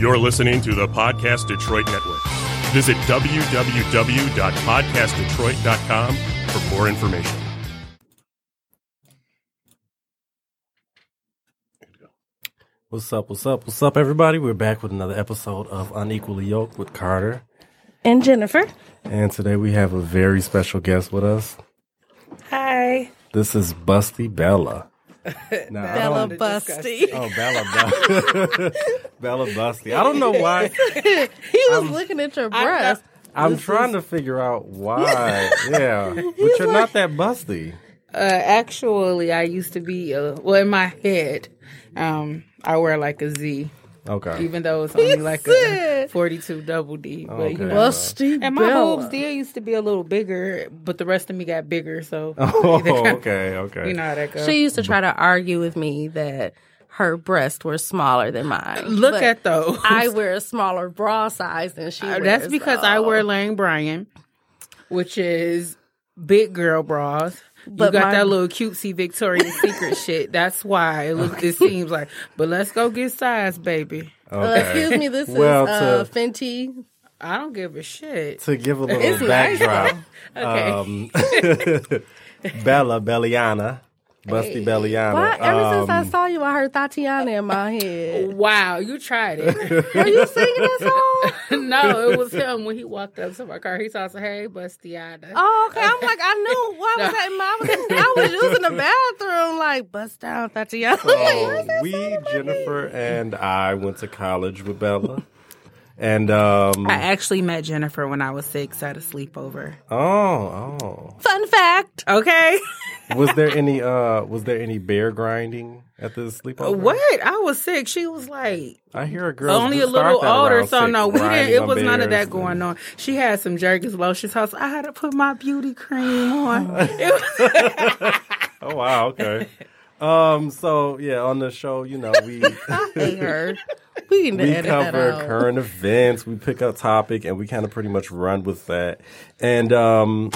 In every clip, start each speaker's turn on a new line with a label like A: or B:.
A: You're listening to the Podcast Detroit Network. Visit www.podcastdetroit.com for more information.
B: What's up? What's up? What's up, everybody? We're back with another episode of Unequally Yoked with Carter.
C: And Jennifer.
B: And today we have a very special guest with us.
C: Hi.
B: This is Busty Bella. Now, I
D: Bella
B: don't-
D: Busty.
B: Oh, Bella, Bella, Bella Busty. I don't know why.
D: He was looking at your breast.
B: I'm trying to figure out why. Yeah, but you're not that busty.
E: Uh, actually, I used to be uh, well in my head. Um, I wear like a Z,
B: Okay.
E: even though it's only like a forty-two double D. But
B: Okay.
E: you know,
D: Busty
E: and my
D: Bella.
E: boobs did used to be a little bigger, but the rest of me got bigger. So
B: Oh, okay, okay.
E: you know how that goes.
D: She used to try to argue with me that her breasts were smaller than mine.
E: Look
D: But
E: at those.
D: I wear a smaller bra size than she
E: Uh,
D: wears.
E: That's because I
D: though.
E: wear Lane Bryant, which is big girl bras.
D: But
E: you got
D: my-
E: that little cutesy Victoria's Secret shit. That's why it looks. It seems like. But let's go get size, baby.
D: Uh,
B: okay.
D: excuse me, this
B: Well,
D: is uh,
B: to-
D: Fenty.
E: I don't give a shit.
B: to give a little
E: It's nice,
B: backdrop,
E: Okay.
B: um, Bella Belliana, Busty Belliana.
D: Why? Ever since I
B: um,
D: saw you, I heard Tatiana in my head.
E: Wow, you tried it.
D: Are you singing that song?
E: no, it was him when he walked up to my car. He saw, "Hey, Bustiana."
D: Oh, okay. I'm like, I knew why was that? in my- I was, I was using the bathroom, like bust down Tatiana.
B: so
D: Oh.
B: we, Jennifer and I, went to college with Bella, and um,
E: I actually met Jennifer when I was six at a sleepover.
B: oh,
D: Fun fact.
E: Okay,
B: oh, was there any uh, was there any bear grinding at the sleepover?
E: Uh, what? I was six. She was like
B: I hear a girl
E: only a little older, so no, we didn't. It was none of that going on. She had some jerkins lotions. I was- I had to put my beauty cream on. It was-
B: Oh wow, okay. Um, so yeah, on the show, you know, we
D: I hate her. We need to
B: we
D: edit
B: cover
D: that out.
B: current events. We pick a topic and we kind of pretty much run with that. And um,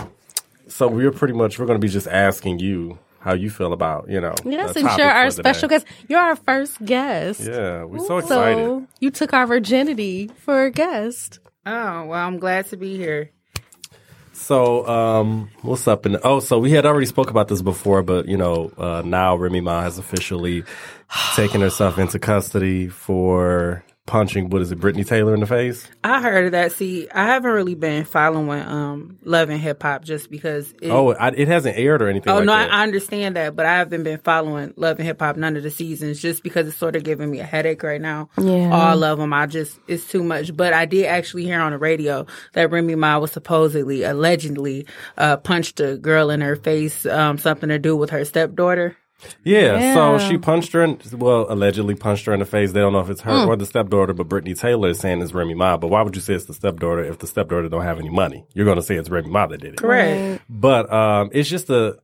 B: so we're pretty much we're going to be just asking you how you feel about you know.
D: Yes,
B: the
D: and
B: topic
D: you're
B: for
D: our
B: today.
D: special guest. You're our first guest.
B: Yeah, we're so excited.
D: So you took our virginity for a guest.
E: oh well, I'm glad to be here.
B: So um, what's up? In oh, so we had already spoke about this before, but you know uh, now Remy Ma has officially taken herself into custody for punching what is it, Brittany Taylor in the face?
E: I heard of that. See, I haven't really been following um Love and Hip Hop just because. It,
B: Oh, I, it hasn't aired or anything.
E: Oh
B: like
E: no, I,
B: that.
E: I understand that, but I haven't been following Love and Hip Hop none of the seasons just because it's sort of giving me a headache right now.
D: Yeah.
E: all of them, I just it's too much. But I did actually hear on the radio that Remy Ma was supposedly, allegedly, uh, punched a girl in her face, um, something to do with her stepdaughter.
B: Yeah, so she punched her in, well, allegedly punched her in the face. They don't know if it's her
E: Hmm.
B: or the stepdaughter, but Brittany Taylor is saying it's Remy Ma. But why would you say it's the stepdaughter if the stepdaughter don't have any money? You're going to say it's Remy Ma that did it.
E: Correct.
B: But um, it's just a,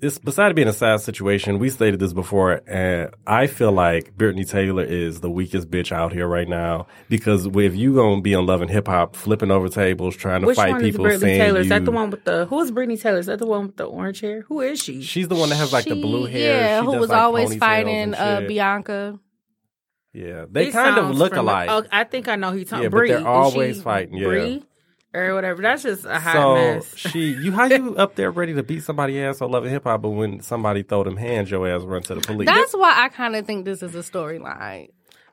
B: it's beside it being a sad situation. We stated this before, and I feel like Brittany Taylor is the weakest bitch out here right now because if you gonna be on Love and Hip Hop, flipping over tables, trying to
E: Which
B: fight
E: one
B: people,
E: is Brittany
B: saying
E: Taylor? Is
B: you-
E: that the one with the who is Brittany Taylor? Is that the one with the orange hair? Who is she?
B: She's the one that has like the
D: She-
B: blue hair.
D: Yeah,
B: She
D: who
B: does,
D: was
B: like, ponytails
D: always
B: and
D: fighting uh,
B: shit.
D: Bianca.
B: Yeah, they
E: It
B: kind of
E: sounds
B: look
E: familiar.
B: alike.
E: Oh, I think I know who he's talking.
B: Yeah,
E: Yeah,
B: but
E: Bree.
B: they're
E: Is
B: always
E: she
B: fighting, yeah.
E: Bree or whatever. That's just a hot
B: so
E: mess.
B: she, you, how you up there ready to beat somebody ass on Love and Hip Hop, but when somebody throw them hands, your ass run to the police.
D: That's why I kind of think this is a storyline.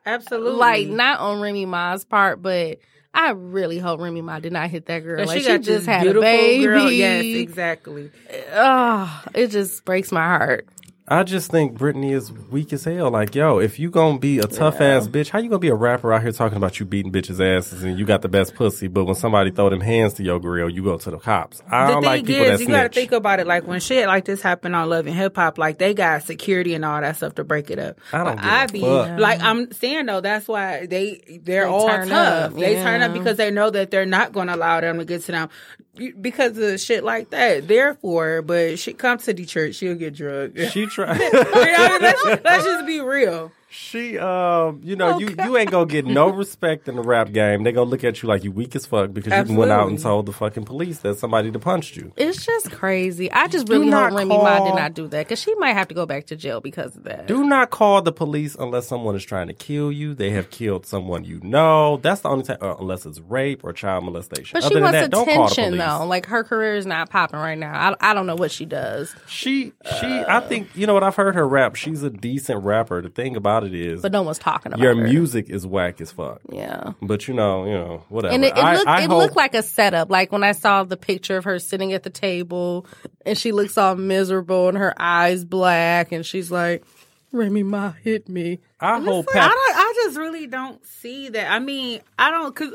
E: Absolutely.
D: Like not on Remy Ma's part, but I really hope Remy Ma did not hit that girl.
E: And
D: like she,
E: got this
D: just had a
E: beautiful
D: baby.
E: Girl. Yes, exactly.
D: oh, it just breaks my heart.
B: I just think Brittany is weak as hell. Like, yo, if you gonna be a tough ass bitch, how you gonna be a rapper out here talking about you beating bitches asses and you got the best pussy, but when somebody throw them hands to your grill, you go to the cops. I
E: The
B: don't
E: thing
B: like people that
E: is, you gotta
B: snitch.
E: think about it. Like when shit like this happened on Love and Hip Hop, like they got security and all that stuff to break it up.
B: I don't
E: But
B: give a
E: Ivy,
B: fuck.
E: like I'm saying though, that's why they they're
D: They
E: all
D: turn
E: tough.
D: up,
E: They turn
D: yeah.
E: up because they know that they're not going to allow them to get to them You- because of shit like that. Therefore, but she come to the church, she'll get drugged.
B: she tried.
E: You know, let's, let's just be real.
B: She, um, you know, you you ain't gonna get no respect in the rap game. They gonna look at you like you weak as fuck because you went out and
E: Absolutely.
B: told the fucking police that somebody done punched you.
D: It's just crazy. I just really
B: not
D: hope Remy Ma did
B: call-
D: not do that because she might have to go back to jail because of that.
B: Do not call the police unless someone is trying to kill you. They have killed someone you know. That's the only time, uh, unless it's rape or child molestation.
D: but
B: Other
D: she
B: than
D: wants
B: that, don't call the
D: attention
B: police.
D: though. Like her career is not popping right now. I, I don't know what she does,
B: She, she, I think you know what I've heard her rap. She's a decent rapper. The thing about it is,
D: but no one's talking about
B: your
D: her.
B: music is whack as fuck.
D: Yeah.
B: But you know, you know, whatever.
D: And it, it,
B: I,
D: looked,
B: I
D: it
B: hope-
D: looked like a setup. Like when I saw the picture of her sitting at the table and she looks all miserable and her eyes black and she's like, Remy Ma hit me.
B: I hope
E: I
B: Pat,
E: don't. I just really don't see that. I mean, I don't. Cause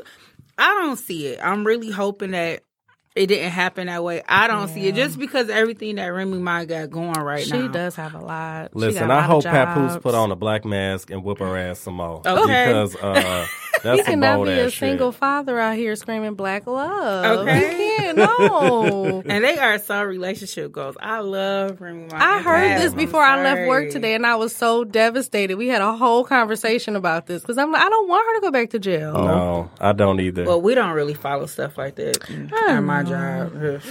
E: I don't see it. I'm really hoping that it didn't happen that way. I don't see it just because everything that Remy Ma got going right now.
D: She does have a lot. She
B: Listen,
D: got a
B: I
D: lot
B: hope
D: of
B: Papoose
D: jobs.
B: put on a black mask and whoop her ass some more.
E: Okay.
B: Because uh, that's
D: He
B: some
D: cannot
B: bold
D: be
B: ass
D: a single
B: shit.
D: father out here screaming black love.
E: Okay.
D: He can't, no.
E: And they are so relationship goals. I love Remy Ma.
D: I
E: and
D: heard
E: Paz.
D: this
E: I'm
D: before I left work
E: sorry.
D: today, and I was so devastated. We had a whole conversation about this because I'm like, I don't want her to go back to jail.
B: No, I don't either.
E: Well,
B: Well,
E: we don't really follow stuff like that at my job.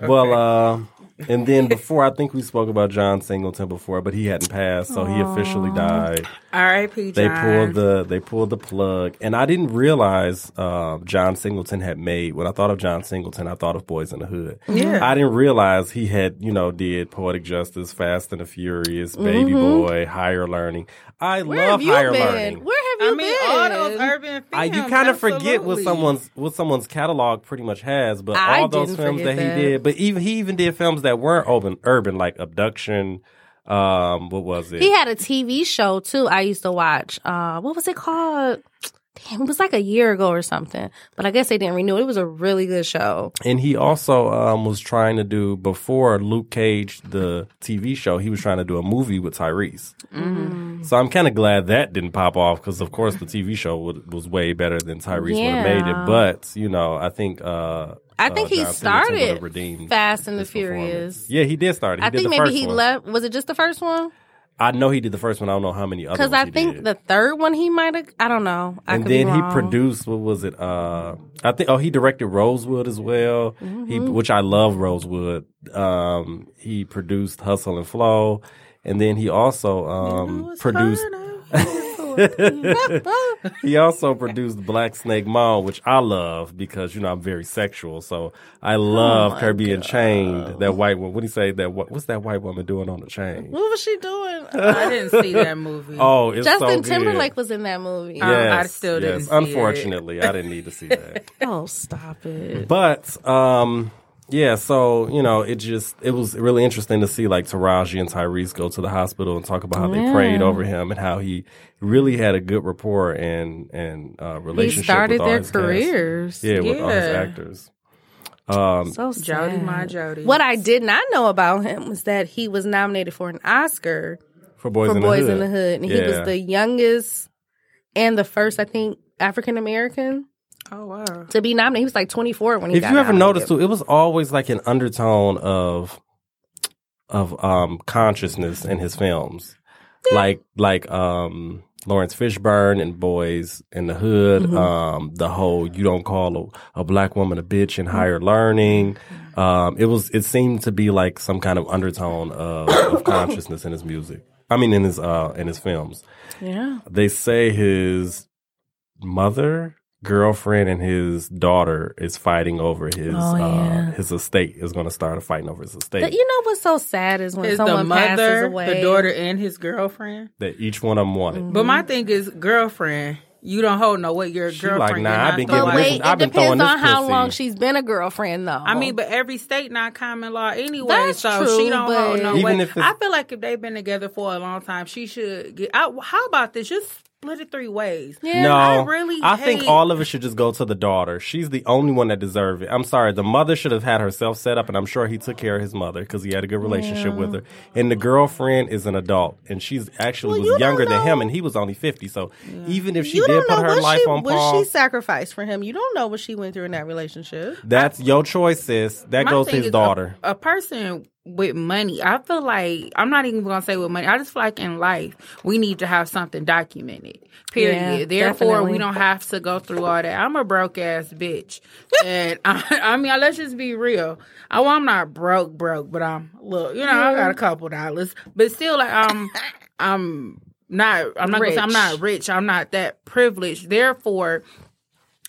B: uh, and then before, I think we spoke about John Singleton before, but he hadn't passed, so he officially died.
E: R.I.P.
B: They
E: John.
B: pulled the they pulled the plug, and I didn't realize uh, John Singleton had made. When I thought of John Singleton, I thought of Boys in the Hood. Yeah, I didn't realize he had you know did Poetic Justice, Fast and the Furious, Baby Boy, Higher Learning. I
D: Mm-hmm. Where
B: love
D: have you
B: Higher
D: been?
B: Learning.
D: Where have you
E: I mean,
D: been?
E: all those urban
B: I,
E: films.
B: you kind of forget what
E: absolutely.
B: someone's what someone's catalog pretty much has, but
D: I
B: all those
D: didn't
B: films that,
D: forget
B: he
D: that.
B: did, but even he even did films that weren't urban, urban like Abduction. Um, what was it?
D: He had a TV show too. I used to watch. Uh, what was it called? Damn, it was like a year ago or something. But I guess they didn't renew it. It was a really good show.
B: And he also um, was trying to do before Luke Cage the TV show. He was trying to do a movie with Tyrese.
D: Mm-hmm.
B: So I'm kind of glad that didn't pop off because, of course, the TV show would, was way better than Tyrese would have made it.
D: Yeah.
B: But you know, I think uh,
D: Oh, I think he started
B: redeemed
D: Fast and the
B: his performance.
D: Furious.
B: Yeah, he did start. it. He
D: I
B: did
D: think
B: the
D: maybe
B: first
D: he
B: one.
D: left. Was it just the first one?
B: I know he did the first one. I don't know how many other.
D: Because
B: ones
D: I
B: he
D: think
B: did.
D: the third one he might have. I don't know. I
B: and
D: could be
B: then he
D: wrong.
B: produced what was it? Uh, I think oh he directed Rosewood as well. He
D: Mm-hmm.
B: which I love Rosewood. Um, he produced Hustle and Flow, and then he also um, produced he also produced Black Snake Mall, which I love because you know I'm very sexual, so I
D: Oh
B: love her being chained. That white woman. What do you say? That what, what's that white woman doing on the chain?
D: What was she doing?
E: I didn't see that movie.
B: Oh, it's so
D: Justin
B: good.
D: Timberlake Um, was in that movie.
E: I still didn't
B: yes.
E: see it.
B: Unfortunately, I didn't need to see that.
D: Oh, stop it!
B: But um yeah, so you know, it just it was really interesting to see like Taraji and Tyrese go to the hospital and talk about how they prayed over him and how he really had a good rapport and and uh,
D: They
B: relationship. with
D: started
B: all
D: their
B: his cast.
D: careers.
B: Yeah, with all his
E: Yeah.
B: actors. Um,
D: So
E: Jody,
D: sad.
E: my Jody.
D: What I did not know about him was that he was nominated for an Oscar
B: for boys,
D: for
B: in,
D: Boys
B: the
D: in the Hood, and he was
B: Yeah.
D: the youngest and the first, I think, African American
E: Oh wow.
D: to be nominated. He was like 24 when he
B: if
D: got
B: you ever
D: nominated.
B: noticed too, it was always like an undertone of of um consciousness in his films. Like like um Lawrence Fishburne and Boys in the Hood, um, the whole you don't call a, a black woman a bitch in higher learning. Um, it was it seemed to be like some kind of undertone of, of consciousness in his music. I mean in his uh in his films
D: yeah,
B: they say his mother, girlfriend, and his daughter is fighting over his
D: Oh, yeah.
B: uh, his estate. Is going to start fighting over his estate.
D: but you know what's so sad is when
E: Is
D: someone
E: the
D: passes
E: mother,
D: away.
E: the daughter, and his girlfriend?
B: that each one of them wanted.
D: Mm.
E: But my thing is, girlfriend, you don't hold no what your
B: Mm-hmm. She like,
E: girlfriend.
B: nah,
E: and
B: I've
E: I
B: been
E: feel
B: getting
D: But
E: like-
B: listen,
D: wait,
B: I've
D: it
B: been throwing
D: depends
B: this
D: on how
B: pussy.
D: long she's been a girlfriend, though.
E: I mean, but every state not common law anyway,
D: That's
E: so
D: true,
E: she don't hold
D: but-
E: no
B: Even
E: way.
B: if it's-
E: I feel like if they've been together for a long time, she should get. I, how about this? Just split it three ways.
D: Yeah.
B: No,
E: I really
B: I think
E: hate-
B: all of it should just go to the daughter. She's the only one that deserved it. I'm sorry, the mother should have had herself set up, and I'm sure he took care of his mother because he had a good relationship with her. And the girlfriend is an adult, and she's actually was younger than him, and he was only 50. So even if she
D: you
B: did
D: don't
B: put
D: know
B: her
D: what
B: life
D: she
B: on
D: what
B: pause,
D: she sacrificed for him. You don't know what she went through in that relationship.
B: That's your choice, sis. That
E: My
B: goes to
D: uh,
E: thing
B: his
E: is,
B: daughter.
E: A, a person with money, I feel like I'm not even gonna say with money. I just feel like in life we need to have something documented. Period.
D: Yeah,
E: Therefore,
D: definitely.
E: we don't have to go through all that. I'm a broke ass bitch, and I, I mean, let's just be real. I, well, I'm not broke, broke, but I'm look. You know, I got a couple dollars, but still, like I'm, I'm not. I'm not. Gonna say I'm
D: Rich.
E: not rich. I'm not that privileged. Therefore,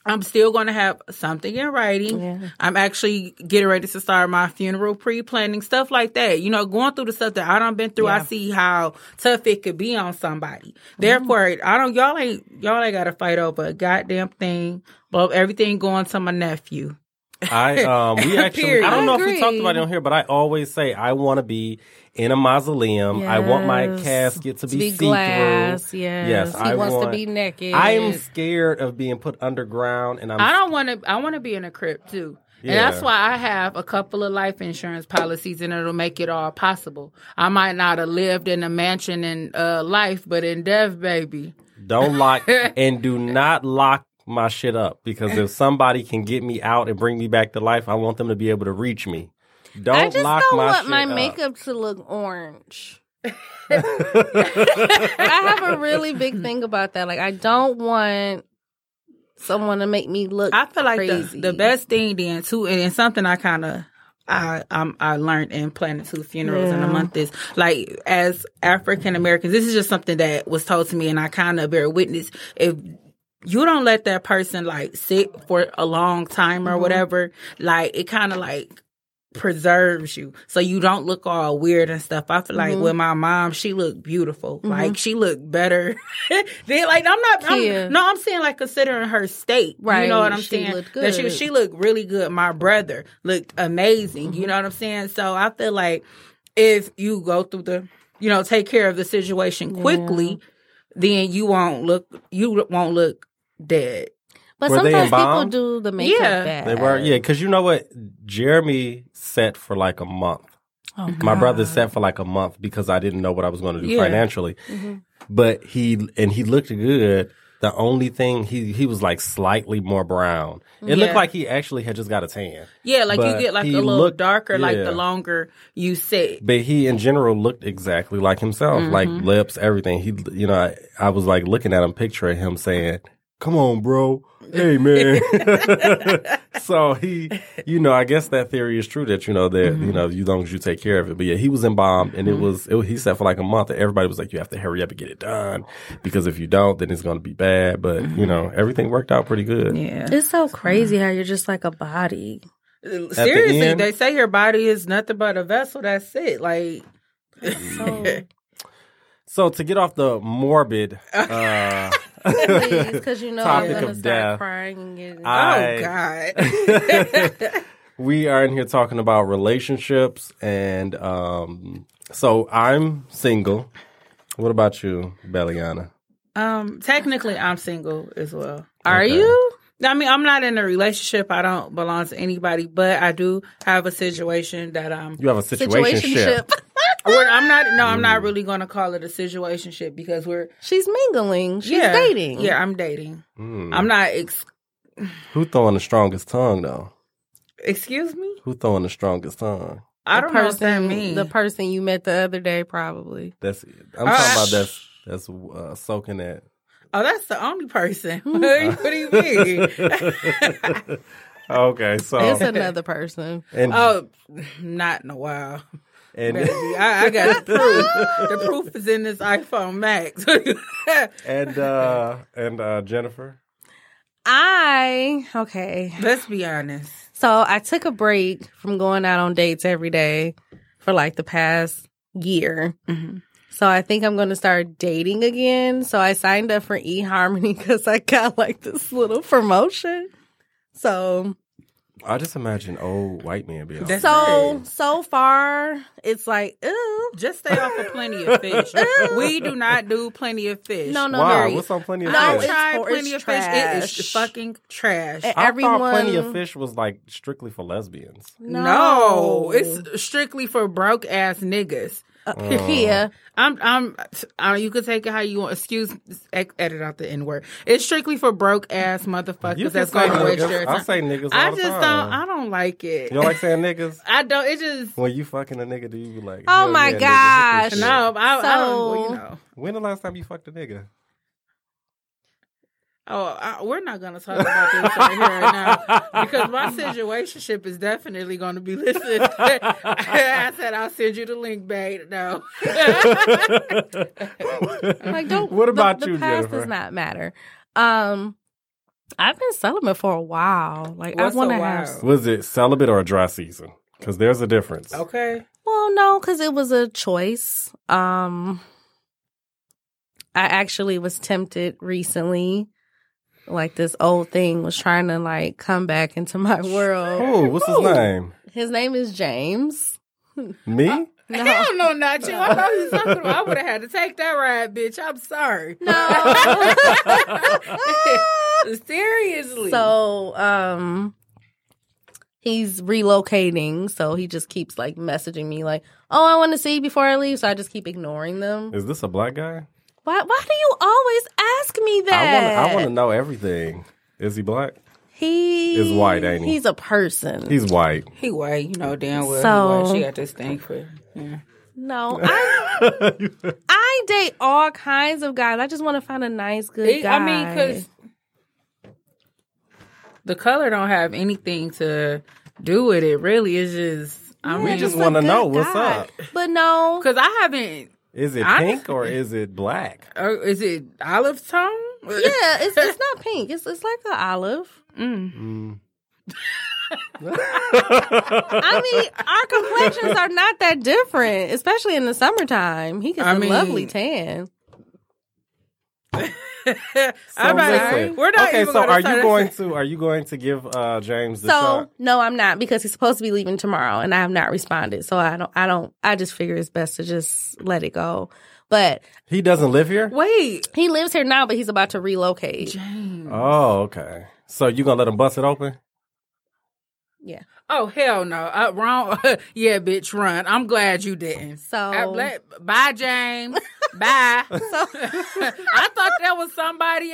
E: I'm still going to have something in writing. I'm actually getting ready to start my funeral pre-planning stuff like that. You know, going through the stuff that I don't been through. I see how tough it could be on somebody. Therefore, I don't y'all ain't y'all ain't got to fight over a goddamn thing. But everything going to my nephew.
B: I um we actually
E: Period.
B: I don't know
D: I
B: if we talked
D: agree.
B: about it on here, but I always say I want to be in a mausoleum. I want my
D: Yes.
B: casket to be,
D: To be
B: see
D: glass,
B: through.
D: yes.
B: yes,
D: He
B: I
D: wants
B: want,
D: to be naked.
B: I am scared of being put underground, and I'm
E: I don't want to. I want to be in a crib too, and
B: Yeah.
E: that's why I have a couple of life insurance policies, and it'll make it all possible. I might not have lived in a mansion in uh, life, but in death, baby.
B: Don't lock and do not lock my shit up because if somebody can get me out and bring me back to life, I want them to be able to reach me. Don't
D: I just
B: lock
D: don't
B: my
D: want
B: shit
D: my
B: up.
D: makeup to look orange. I have a really big thing about that. Like, I don't want someone to make me look.
E: I feel like the,
D: crazy.
E: the best thing then too, and it's something I kind of I um I learned in planning two funerals in a month is like as African Americans, this is just something that was told to me, and I kind of bear witness if. You don't let that person like sit for a long time
D: Mm-hmm.
E: or whatever. Like it kind of like preserves you so you don't look all weird and stuff. I feel
D: Mm-hmm.
E: like with my mom, she looked beautiful. Like she looked better. than like I'm not I'm-
D: Yeah.
E: no, I'm saying like considering her state. You know
D: Right.
E: what I'm
D: She
E: saying?
D: looked
E: That she
D: good.
E: she looked really good. My brother looked amazing. You know what I'm saying? So I feel like if you go through the you know, take care of the situation quickly, then you won't look you won't look dead.
D: But
B: Were they
D: sometimes people
B: embalmed?
D: do the makeup
E: Yeah.
D: bad.
B: They were, yeah, because you know what? Jeremy set for like a month.
D: Oh,
B: Mm-hmm. my brother set for like a month because I didn't know what I was going to do
E: Yeah. Mm-hmm.
B: financially. But he and he looked good. The only thing he he was like slightly more brown. It looked
E: Yeah.
B: like he actually had just got a tan.
E: Yeah, like
B: But
E: you get like a
B: he
E: little
B: looked-
E: darker like
B: yeah.
E: the longer you sit.
B: But he, in general, looked exactly like himself, like
E: Mm-hmm.
B: lips, everything. He, you know, I, I was like looking at him, picturing him saying, "Come on, bro, hey man." so he, you know, I guess that theory is true that you know that
E: Mm-hmm.
B: you know you as long as you take care of it. But yeah, he was embalmed, and it was it, was- he sat for like a month, and everybody was like, "You have to hurry up and get it done because if you don't, then it's going to be bad." But you know, everything worked out pretty good.
E: Mm-hmm. Yeah.
D: It's so crazy how you're just like a body.
E: Uh, Seriously,
B: end-
E: they say your body is nothing but a vessel. That's it. Like, oh,
D: So
B: So to get off the morbid. Uh,
D: please, because you know
B: Topic
D: I'm gonna
B: of
D: start
B: death.
D: crying and getting.
B: I-
E: oh God.
B: we are in here talking about relationships and um so I'm single. What about you, Belliana?
E: um, technically, I'm single as well.
D: Are
B: Okay.
D: you?
E: I mean, I'm not in a relationship. I don't belong to anybody, but I do have a situation that I'm.
B: You have a situation ship.
E: We're, I'm not. No, I'm not really going to call it a situationship because we're
D: She's mingling. She's
E: yeah,
D: dating.
E: Yeah, I'm dating. I'm not. Ex-
B: Hmm. Who throwing the strongest tongue though?
E: excuse me.
B: Who throwing the strongest tongue?
E: I
D: The
E: don't know what that means.
D: the person you met the other day, probably.
B: That's I'm
E: Uh,
B: talking about that's that's uh, soaking that.
E: oh, that's the only person.
D: Hmm.
E: what do you mean?
B: Okay,
D: It's
B: so
D: another person.
B: and,
E: oh, not in a while.
B: and
E: baby. I, I got the proof. The proof is in this iPhone Max.
B: and uh and uh Jennifer.
D: I okay.
E: Let's be honest.
D: So I took a break from going out on dates every day for like the past year.
E: Mm-hmm.
D: So I think I'm going to start dating again. So I signed up for eHarmony because I got like this little promotion. So
B: I just imagine old white man being
E: That's-
D: so so far it's like ooh
E: Just stay off of plenty of fish. we do not do plenty of fish.
D: no no
B: Wow,
D: no.
B: what's on plenty of
E: I
D: No,
B: fish?
D: it's-
E: tried
D: for-
E: plenty of fish. It is
D: trash.
E: fucking trash.
D: Eh,
B: I thought plenty of
D: everyone-
B: fish was like strictly for lesbians.
E: no. it's strictly for broke ass niggas.
D: yeah.
E: I'm, I'm, I, you could take it how you want. Excuse, e- edit out the N word. It's strictly for broke ass
B: You
E: motherfuckers
B: can
E: that's
B: say
E: going to waste
B: niggas.
E: your
B: I
E: time.
B: say niggas all
E: I
B: the
E: just don't,
B: time.
E: I don't like it.
B: You don't like saying niggas?
E: I don't, it just,
B: When you fucking a nigga, do you be like?
D: Oh
B: "Hell
D: my
B: yeah, nigga, this is shit."
D: gosh.
E: no, I, I don't, well,
D: So-
E: you know.
B: When the last time you fucked a nigga?
E: Oh, I, we're not going to talk about this right here right now because my situationship is definitely going to be listed. I said I'll send you the link, babe. No,
D: Oh. Like don't.
B: What about
D: the,
B: you,
D: the past
B: Jennifer?
D: Does not matter. Um, I've been celibate for a while. Like
E: What's
D: I want to
E: a
D: have.
E: while?
B: Was it celibate or a dry season? Because there's a difference.
E: okay.
D: Well, no, because it was a choice. Um, I actually was tempted recently. Like this old thing was trying to like come back into my world.
B: Oh, what's his name?
D: His name is James.
B: Me?
D: Uh,
E: No. Hell no, not you. I know he's something. I would have had to take that ride, bitch. I'm sorry.
D: No.
E: Seriously.
D: so, um, he's relocating, so he just keeps like messaging me like, "Oh, I want to see you before I leave." So I just keep ignoring them.
B: Is this a black guy?
D: Why? Why do you always ask me that?
B: I want. I want to know everything. Is he black?
D: He
B: Is white, ain't he?
D: He's a person.
B: He's white.
E: he white, you know damn well.
D: So-
E: he white. She got this thing for. Yeah.
D: no, I, I date all kinds of guys. I just want to find a nice, good
E: It-
D: guy.
E: I mean, because the color don't have anything to do with it. Really, it's just I
D: Yeah,
E: mean,
B: just
D: a
B: wanna
D: good
B: know what's
D: guy.
B: up.
D: But no,
E: because I haven't.
B: Is it
E: I-
B: pink or is it black?
E: Uh, is it olive tone?
D: yeah, it's it's not pink. It's it's like an olive. I mean, our complexions are not that different, especially in the summertime. He gets
E: I
D: a
E: mean-
D: lovely tan.
E: I'm not,
B: listen.
E: we're not
B: okay,
E: even
B: so
E: gonna
B: are
E: start
B: you
E: a-
B: going to are you going to give uh, James the
D: So
B: shot?
D: no, I'm not because he's supposed to be leaving tomorrow, and I have not responded. So I don't. I don't. I just figure it's best to just let it go. But
B: He doesn't live here.
E: Wait,
D: he lives here now, but he's about to relocate.
E: James.
B: Oh, okay. So you gonna let him bust it open?
D: Yeah.
E: Oh hell no! Uh, wrong. yeah, bitch, run. I'm glad you didn't.
D: So-
E: I- let- bye, James. bye. I thought that was somebody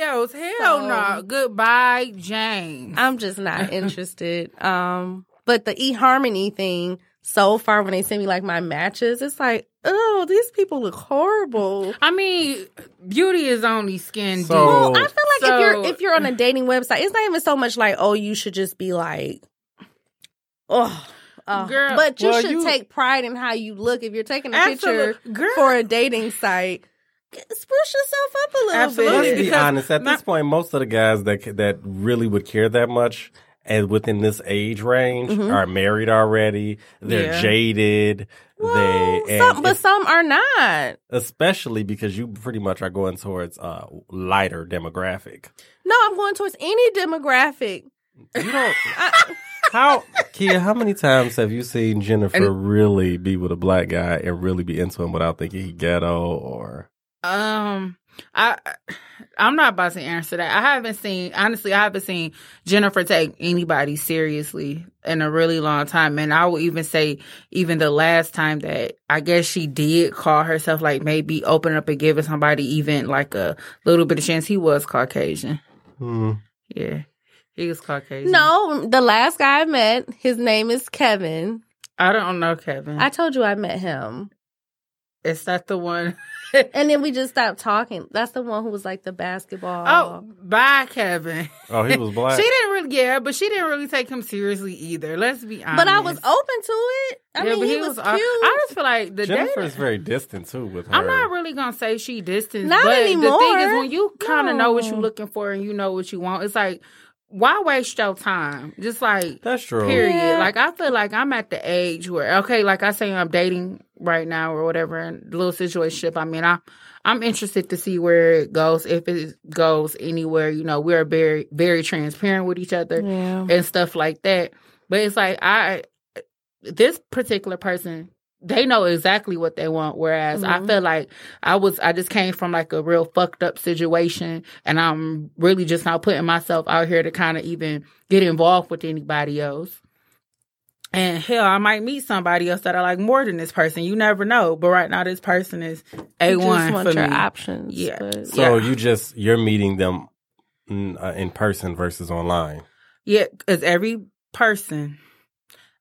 E: else. Hell
D: So-
E: no! Goodbye, James.
D: I'm just not interested. Um, but the eHarmony thing so far when they send me like my matches, it's like, oh, these people look horrible.
E: I mean, beauty is only skin
B: So-
E: deep.
D: Well, I feel like if you're
E: So-
D: if you're on a dating website, it's not even so much like, oh, you should just be like, oh. oh."
E: Girl,
D: but you
B: well,
D: should
B: you-
D: take pride in how you look. If you're taking a
E: Absolute-
D: picture
E: girl.
D: for a dating site, g- spruce yourself up a little
E: Absolutely,
D: bit.
B: Let's be
E: because
B: honest. At
E: my-
B: this point, most of the guys that ca- that really would care that much and within this age range are married already. They're
E: Mm-hmm. Yeah.
B: jaded.
D: Well,
B: they
D: some,
B: and
D: but
B: it's-
D: some are not.
B: especially because you pretty much are going towards uh, lighter demographic.
D: No, I'm going towards any demographic.
B: You don't. how Kia? How many times have you seen Jennifer really be with a black guy and really be into him without thinking he ghetto or?
E: Um, I I'm not about to answer that. I haven't seen honestly. I haven't seen Jennifer take anybody seriously in a really long time, and I will even say even the last time that I guess she did call herself like maybe open up and giving somebody even like a little bit of chance. He was Caucasian.
B: Hmm.
E: Yeah, he was Caucasian.
D: No, the last guy I met, his name is Kevin.
E: I don't know
B: Mm.
E: Kevin.
D: I told you I met him.
E: Is that the one?
D: And then we just stopped talking. That's the one who was like the basketball.
E: Oh, bye, Kevin.
B: Oh, he was black.
E: She didn't really, yeah, but she didn't really take him seriously either. Let's be honest.
D: But I was open to it. I mean, he, was,
E: I,
D: cute.
E: I just feel like the
B: Jennifer
E: dating.
B: is very distant too with her.
E: I'm not really gonna say she distanced.
D: Not
E: but The thing is,
D: anymore.
E: when you kind of know what you're
D: No.
E: looking for and you know what you want, it's like, why waste your time? Just like
B: That's true.
E: Period.
D: Yeah.
E: Like I feel like I'm at the age where okay, like I say I'm dating right now or whatever and the little situationship I am in, I I'm interested to see where it goes, if it goes anywhere, you know, we're very very transparent with each other
D: yeah.
E: and stuff like that. But it's like I this particular person they know exactly what they want. Whereas I
D: Mhm.
E: feel like I was I just came from like a real fucked up situation and I'm really just not putting myself out here to kind of even get involved with anybody else. And hell, I might meet somebody else that I like more than this person. You never know. But right now, this person is a
D: You just
E: one
D: want
E: for
D: your
E: me.
D: options.
E: Yeah.
D: but-
B: So
E: Yeah.
B: you just you're meeting them mm, uh, in person versus online.
E: Yeah, because every person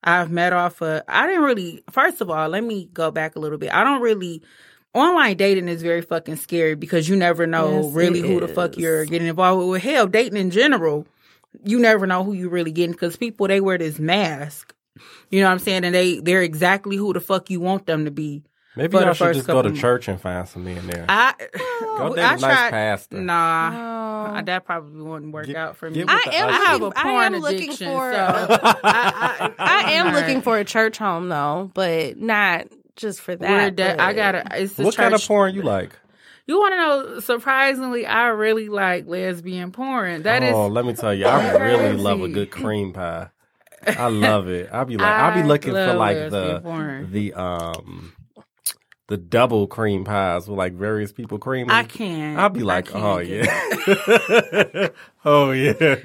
E: I've met off of, I didn't really. First of all, let me go back a little bit. I don't really. Online dating is very fucking scary because you never know
D: Yes,
E: really
D: it
E: who the fuck
D: is.
E: you're getting involved with. Well, hell, dating in general, you never know who you really getting because people they wear this mask. You know what I'm saying? And they they're exactly who the fuck you want them to be.
B: Maybe
E: For
B: y'all
E: the
B: should
E: first
B: just go to
E: couple-
B: church and find some men there.
E: I
B: go date
E: I
B: a nice
E: tried.
B: pastor.
E: Nah,
D: No.
E: that probably wouldn't work
B: Get-
E: out for me.
B: get with
D: I
B: the
D: am.
B: usher.
E: I have a
D: looking-
E: porn
D: I am looking
E: addiction,
D: for.
E: so-
D: a-
E: I- I-
D: I am
E: Right.
D: looking for a church home though, but not just for that.
E: We're de- I
D: but-
E: gotta. It's the
B: What kind of
E: church-
B: porn you like?
E: You want to know? Surprisingly, I really like lesbian porn. That is,
B: oh, let me tell you, I
E: crazy.
B: really love a good cream pie. I love it. I'll be like, I'll
E: I
B: be looking for
E: love
B: like
E: lesbian
B: the
E: porn.
B: the um the double cream pies with like various people creaming.
E: I can't.
B: I'll be like,
E: I
B: oh
E: can't get it.
B: yeah, oh yeah.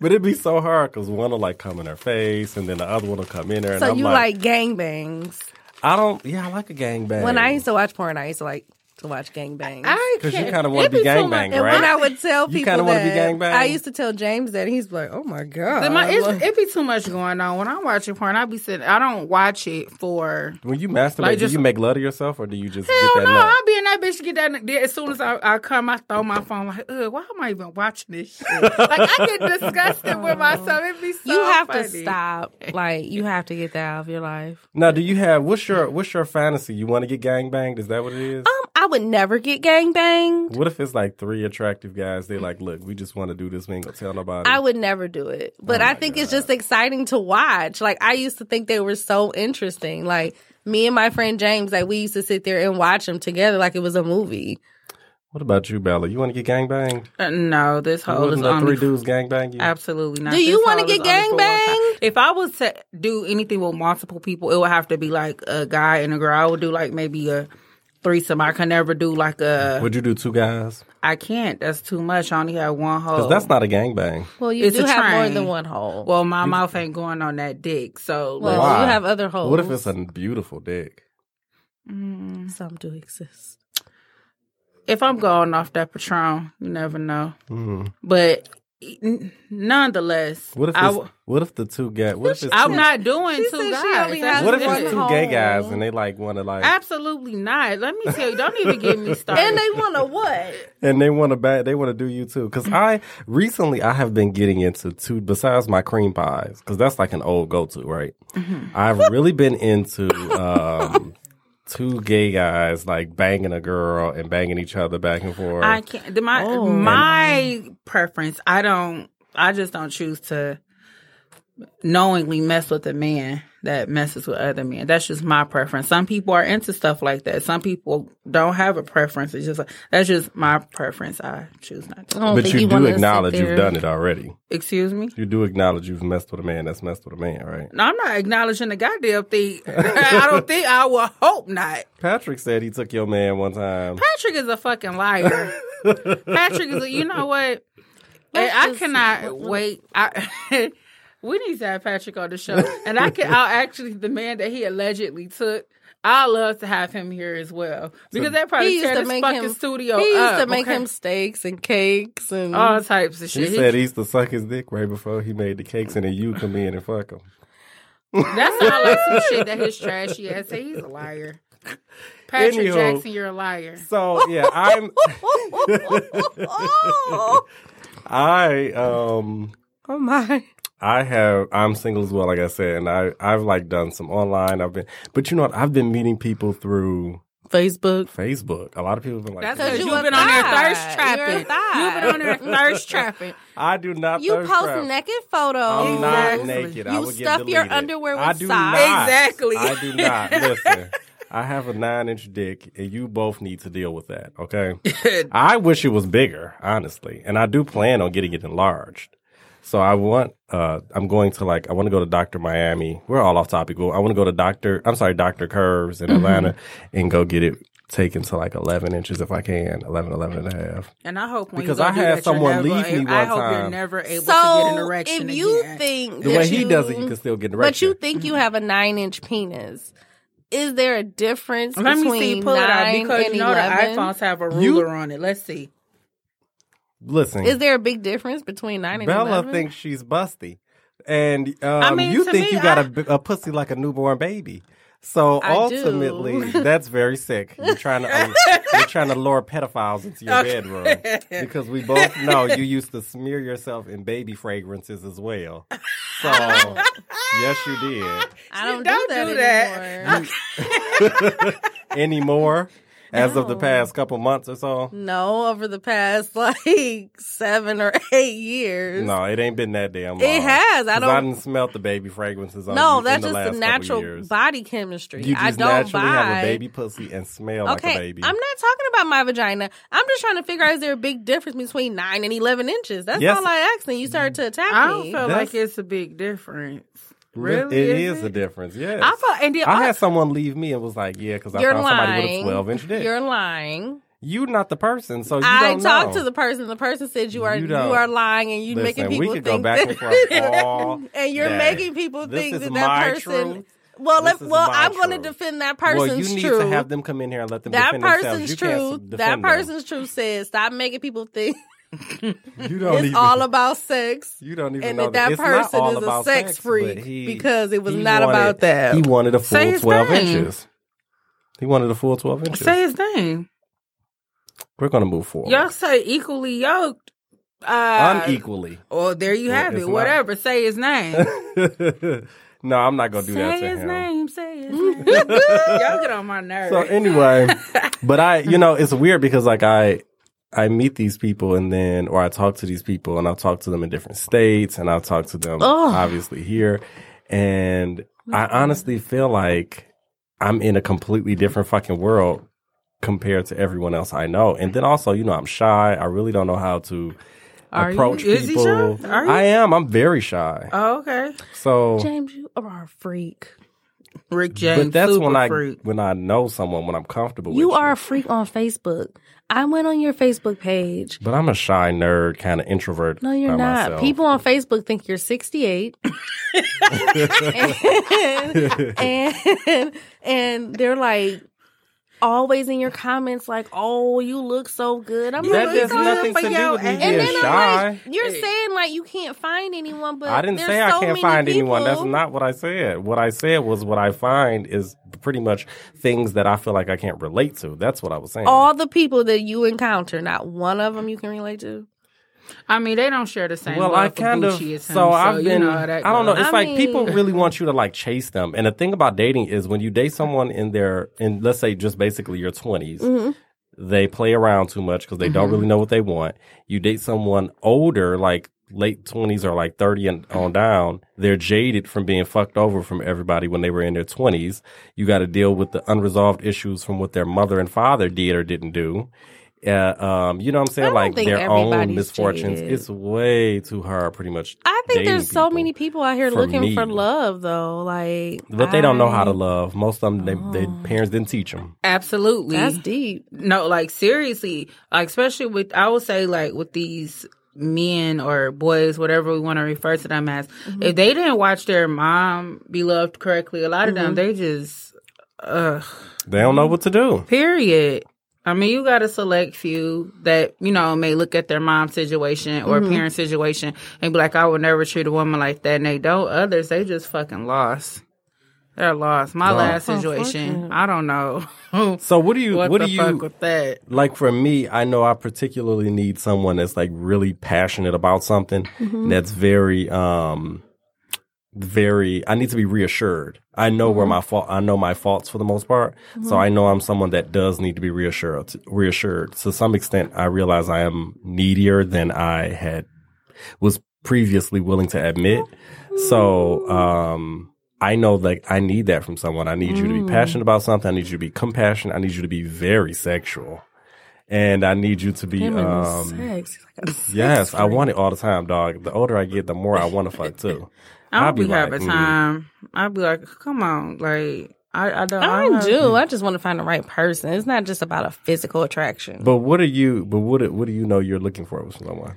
B: But it'd be so hard because one will like come in her face, and then the other one will come in there.
D: So
B: and I'm
D: you
B: like,
D: like gangbangs?
B: I don't. Yeah, I like a gangbang.
D: When I used to watch porn, I used to like to watch gangbangs.
E: I
B: because you
E: can't.
B: kind of want to be gangbang,
D: and when
B: right?
D: I would tell
B: You
D: people
B: kinda wanna be
D: that,
B: gangbang?
D: I used to tell James that he's like, "Oh my god,
E: The- my- it's- it be too much going on when I'm watching porn. I be sitting. I don't watch it for.
B: when you masturbate,
E: Like,
B: do
E: just-
B: you make love to yourself, or do you just
E: Hell
B: get that
E: no!
B: nut?
E: I'll be in that bitch to get that. there As soon as I, I come, I throw my phone like, ugh, why am I even watching this shit? like I get disgusted with myself. It be so
D: you have to
E: funny.
D: stop. Like you have to get that out of your life."
B: Now, do you have what's your what's your fantasy? You want to get gang banged? Is that what it is?
D: Um, I would never get gangbanged.
B: What if it's like three attractive guys? They like, look, we just want to do this. We ain't gonna tell nobody.
D: I would never do it. But I think it's just exciting to watch. Like I used to think they were so interesting. Like me and my friend James, like we used to sit there and watch them together like it was a movie.
B: what about you, Bella? You want to get gang banged?
E: Uh, no, this
B: You
E: whole is
B: wouldn't let
E: only
B: three dudes gang bang you?
E: Absolutely not.
D: Do you
E: This
D: wanna
E: hoe is
D: get
E: only for one
D: gangbanged?
E: time. If I was to do anything with multiple people, it would have to be like a guy and a girl. I would do like maybe a threesome. I can never do like a.
B: Would you do two guys?
E: I can't. That's too much. I only have one hole.
B: Because that's not a gang bang.
D: Well, you
E: It's
D: do
E: a
D: have more
E: train.
D: than one hole. Well,
E: Well, my mouth ain't going on that dick. So
D: Well,
E: like,
B: Why?
D: you have other
E: Oh.
D: holes.
B: What if it's a beautiful dick?
D: some do exist?
E: if I'm going off that patron, you never know.
B: Mm.
E: But n- nonetheless,
B: What if
E: I
B: it's,
E: w-
B: what if the two get? What if it's
E: I'm
B: two,
E: not doing
D: She
E: two
D: said she
E: guys.
D: only
E: That's
D: has
B: What if it's
E: different.
B: two gay guys and they like want to like
E: Absolutely not. Let me tell you. Don't even get me started.
D: And they want to what?
B: and they want to back they want to do you too? Because I recently I have been getting into two besides my cream pies because that's like an old go to right. I've really been into um, two gay guys like banging a girl and banging each other back and forth.
E: I can't. the- My
D: Oh.
E: my preference. I don't. I just don't choose to knowingly mess with a man that messes with other men. That's just my preference. Some people are into stuff like that. Some people don't have a preference. It's just like, that's just my preference. I choose not to.
B: but you do acknowledge you've done it already.
E: Excuse me.
B: You do acknowledge you've messed with a man that's messed with a man, right?
E: No, I'm not acknowledging the goddamn thing. I don't think I will hope not.
B: Patrick said he took your man one time.
E: Patrick is a fucking liar. Patrick is a, you know what? And
D: Let's
E: I
D: just-
E: cannot
D: let- let-
E: wait. I we need to have Patrick on the show. And I can I'll actually the man that he allegedly took. I love to have him here as well. Because that probably
D: He used
E: tear
D: to
E: this
D: make
E: fucking
D: him
E: studio.
D: He used
E: up,
D: to make
E: okay?
D: him steaks and cakes and
E: all types of
B: He
E: shit. He-
B: said he used to suck his dick right before he made the cakes, and then you come in and fuck him.
E: That sounds like some shit that his trashy ass said. He's a liar. Patrick
B: Anywho.
E: Jackson, you're a liar.
B: So yeah, I'm I um
D: oh my.
B: I have I'm single as well, like I said, and I I've like done some online. I've been, but you know what? I've been meeting people through
D: Facebook.
B: Facebook. A lot of people have been like,
E: That's
B: "Hey,
E: because
D: you
E: you've
D: a
E: been on there
D: thigh.
E: thirst
D: You're
E: trapping.
D: a
E: You've
D: thigh.
E: been on there thirst trapping.
B: I do not.
D: You
B: thirst
D: post
B: trap.
D: naked photos.
B: I'm not
E: Exactly.
B: naked. I
D: You
B: would get
D: stuff your
B: deleted.
D: underwear with
B: I do
D: socks.
B: Not.
E: Exactly.
B: I do not. Listen, I have a nine inch dick, and you both need to deal with that. Okay. I wish it was bigger, honestly, and I do plan on getting it enlarged. So I want. Uh, I'm going to like. I want to go to Doctor Miami. We're all off topic. Well, I want to go to Doctor. I'm sorry, Doctor Curves in Atlanta, and go get it taken to like 11 inches if I can, 11, 11 and a half.
E: And I hope when
B: Because
E: you go
B: I
E: do
B: had
E: that, you're
B: someone
E: never
B: leave me
E: a- I
B: one
E: hope you're
B: time.
E: never able to get an
D: So
E: erection
D: if you
E: again.
D: think
B: The
D: that
B: way he
D: you-
B: does it, you can still get an
D: but
B: erection.
D: you think you have a nine inch penis. Is there a difference
E: Let me
D: between
E: see. Pull it out
D: nine
E: because
D: and
E: you know the
D: 11?
E: iPhones have a
B: You-
E: ruler on it. Let's see.
B: Listen,
D: Is there a big difference between nine and
B: Bella
D: 11?
B: thinks she's busty. And um,
E: mean,
B: you
E: to
B: think
E: me,
B: you got
E: I-
B: a b- a pussy like a newborn baby. So
D: I do.
B: ultimately, that's very sick. You're trying to um, you're trying to lure pedophiles into your bedroom because we both know you used to smear yourself in baby fragrances as well. So yes, you did.
D: I don't,
E: Don't
D: do that
E: do that.
D: anymore.
B: Anymore, as of the
D: No.
B: past couple months or so.
D: no, over the past like seven or eight years.
B: No, it ain't been that damn long.
D: It has. I
B: 'Cause I
D: don't.
B: didn't smell the baby fragrances. On you
D: no,
B: in
D: that's
B: the
D: just
B: last
D: the
B: couple
D: natural
B: years.
D: body chemistry.
B: You just
D: I don't
B: naturally
D: buy.
B: have a baby pussy and smell like a baby.
D: I'm not talking about my vagina. I'm just trying to figure out is there a big difference between nine and eleven inches? That's
B: Yes.
D: all I asked, and you started to attack
E: I don't
D: me.
E: feel
B: That's-
E: like it's a big difference.
B: Re-
E: Really,
B: it
E: is
B: is
E: it?
B: a difference. Yes,
E: I thought, and then
B: I
E: I-
B: had someone leave me and was like, "Yeah, because I
D: You're
B: found somebody with a
D: lying.
B: twelve inch dick.
D: You're
B: You're
D: lying.
B: not the person, so you
D: I
B: don't
D: talked
B: know.
D: to the person. The person said you are
B: You
D: you,
B: don't.
D: are lying, and you're
B: Listen,
D: making
B: we
D: people
B: could go
D: think
B: back
D: that.
B: and forth all
D: and you're
B: day.
D: making people
B: This
D: think
B: is
D: that
B: my
D: that person.
B: truth.
D: Well,
B: This
D: let,
B: is
D: well,
B: my
D: I'm going to
B: truth.
D: defend that
B: Well,
D: person's
B: you need
D: truth.
B: to have them come in here and let them
D: that
B: defend themselves.
D: person's
B: You
D: truth.
B: can't s-
D: That
B: defend
D: person's truth says stop making people think
B: Them. You don't
D: it's
B: even.
D: all about sex.
B: you don't even
D: and
B: know
D: that that
B: it's not
D: person
B: all
D: is a
B: about
D: sex
B: sex,
D: freak
B: but he-
D: because it was
B: he
D: not
B: wanted-
D: about that.
B: He wanted a
E: Say
B: full
E: his
B: twelve
E: name.
B: inches. He wanted a full twelve inches.
E: Say his name.
B: We're gonna move forward
E: Y'all say equally yoked. Uh,
B: unequally.
E: Well, there you
B: Yeah,
E: have
B: it's
E: it.
B: not.
E: Whatever. Say his name.
B: no, I'm not gonna do that
E: say
B: to
E: his
B: him.
E: name. Say his name. Y'all get on my nerves.
B: So anyway, but I, you know, it's weird because like I, I meet these people and then, or I talk to these people and I'll talk to them in different states and I'll talk to them
D: Ugh.
B: obviously here, and I honestly feel like I'm in a completely different fucking world compared to everyone else I know. And then also, you know, I'm shy. I really don't know how to
D: Are you-
B: approach
E: Is he shy?
B: people.
E: Are you?
B: I am. I'm very shy.
E: oh, okay.
B: so
D: James, you are a freak.
E: Rick James.
B: but that's
E: super
B: when I
E: freak.
B: when I know someone when I'm comfortable.
D: You
B: with
D: are a freak on Facebook. I went on your Facebook page.
B: But I'm a shy nerd, kind of introvert.
D: No, you're
B: by
D: not.
B: myself.
D: People on Facebook think you're 68. and, and and they're like always in your comments like, "Oh, you look so good." I'm
B: that
D: like,
B: has
E: good
B: nothing
E: for
B: to do
E: your
B: with me
E: age.
D: and
B: being
D: then
B: shy.
D: I'm like, "You're saying like you can't find anyone, but
B: I didn't
D: there's
B: say I
D: so
B: can't
D: many
B: find anyone. That's
D: people."
B: not what I said. What I said was what I find is pretty much things that I feel like I can't relate to. That's what I was saying.
D: all the people that you encounter, not one of them you can relate to.
E: I mean, they don't share the same.
B: well,
E: love
B: I
E: for
B: kind of
E: Gucci as him,
B: so I've
E: you
B: been.
E: know how
B: I
E: that
B: don't know.
E: goes.
B: It's
D: I
B: like
D: mean-
B: people really want you to like chase them. And the thing about dating is when you date someone in their in let's say just basically your 20s they play around too much because they don't really know what they want. You date someone older, like late twenties or like thirty and on down, they're jaded from being fucked over from everybody when they were in their twenties. You got to deal with the unresolved issues from what their mother and father did or didn't do. Uh, um, you know what I'm
D: I
B: saying?
D: don't
B: Like
D: think
B: their own
D: everybody's
B: misfortunes.
D: jaded.
B: It's way too hard, pretty much.
D: I think
B: dating
D: there's so many people out here
B: for
D: looking
B: me.
D: for love, though. Like,
B: but they don't know how to
D: I- Oh.
B: love. Most of them, they, their parents didn't teach them.
E: Absolutely.
D: That's deep.
E: no, like seriously, like especially with I would say like with these men or boys, whatever we want to refer to them as, if they didn't watch their mom be loved correctly, a lot of them they just uh
B: They don't know what to do.
E: period. I mean, you got a select few that you know may look at their mom situation or parent situation and be like, "I would never treat a woman like that." And they don't. Others, they just fucking lost. They're lost. My last situation, I don't know. what
B: So what do you? What, do
E: the
B: you?
E: fuck with that?
B: like for me, I know I particularly need someone that's like really passionate about something
D: Mm-hmm.
B: that's very um very I need to be reassured. I know where my fault I know my faults for the most part. So I know I'm someone that does need to be reassured reassured. To some extent I realize I am needier than I had was previously willing to admit. So um I know like I need that from someone. I need you to be passionate about something. I need you to be compassionate. I need you to be very sexual. And I need you to be
D: Him and the
B: um
D: sex. He's like a sex
B: Yes, I
D: freak.
B: want it all the time, dog. The older I get, the more I want to fuck too.
E: I
B: I'll
E: don't be, having
B: mm.
E: time. I'd be like, come on, like I, I don't.
D: I
E: don't-
D: do. I just want to find the right person. It's not just about a physical attraction.
B: But what are you? But what? do- What do you know you're looking for with someone?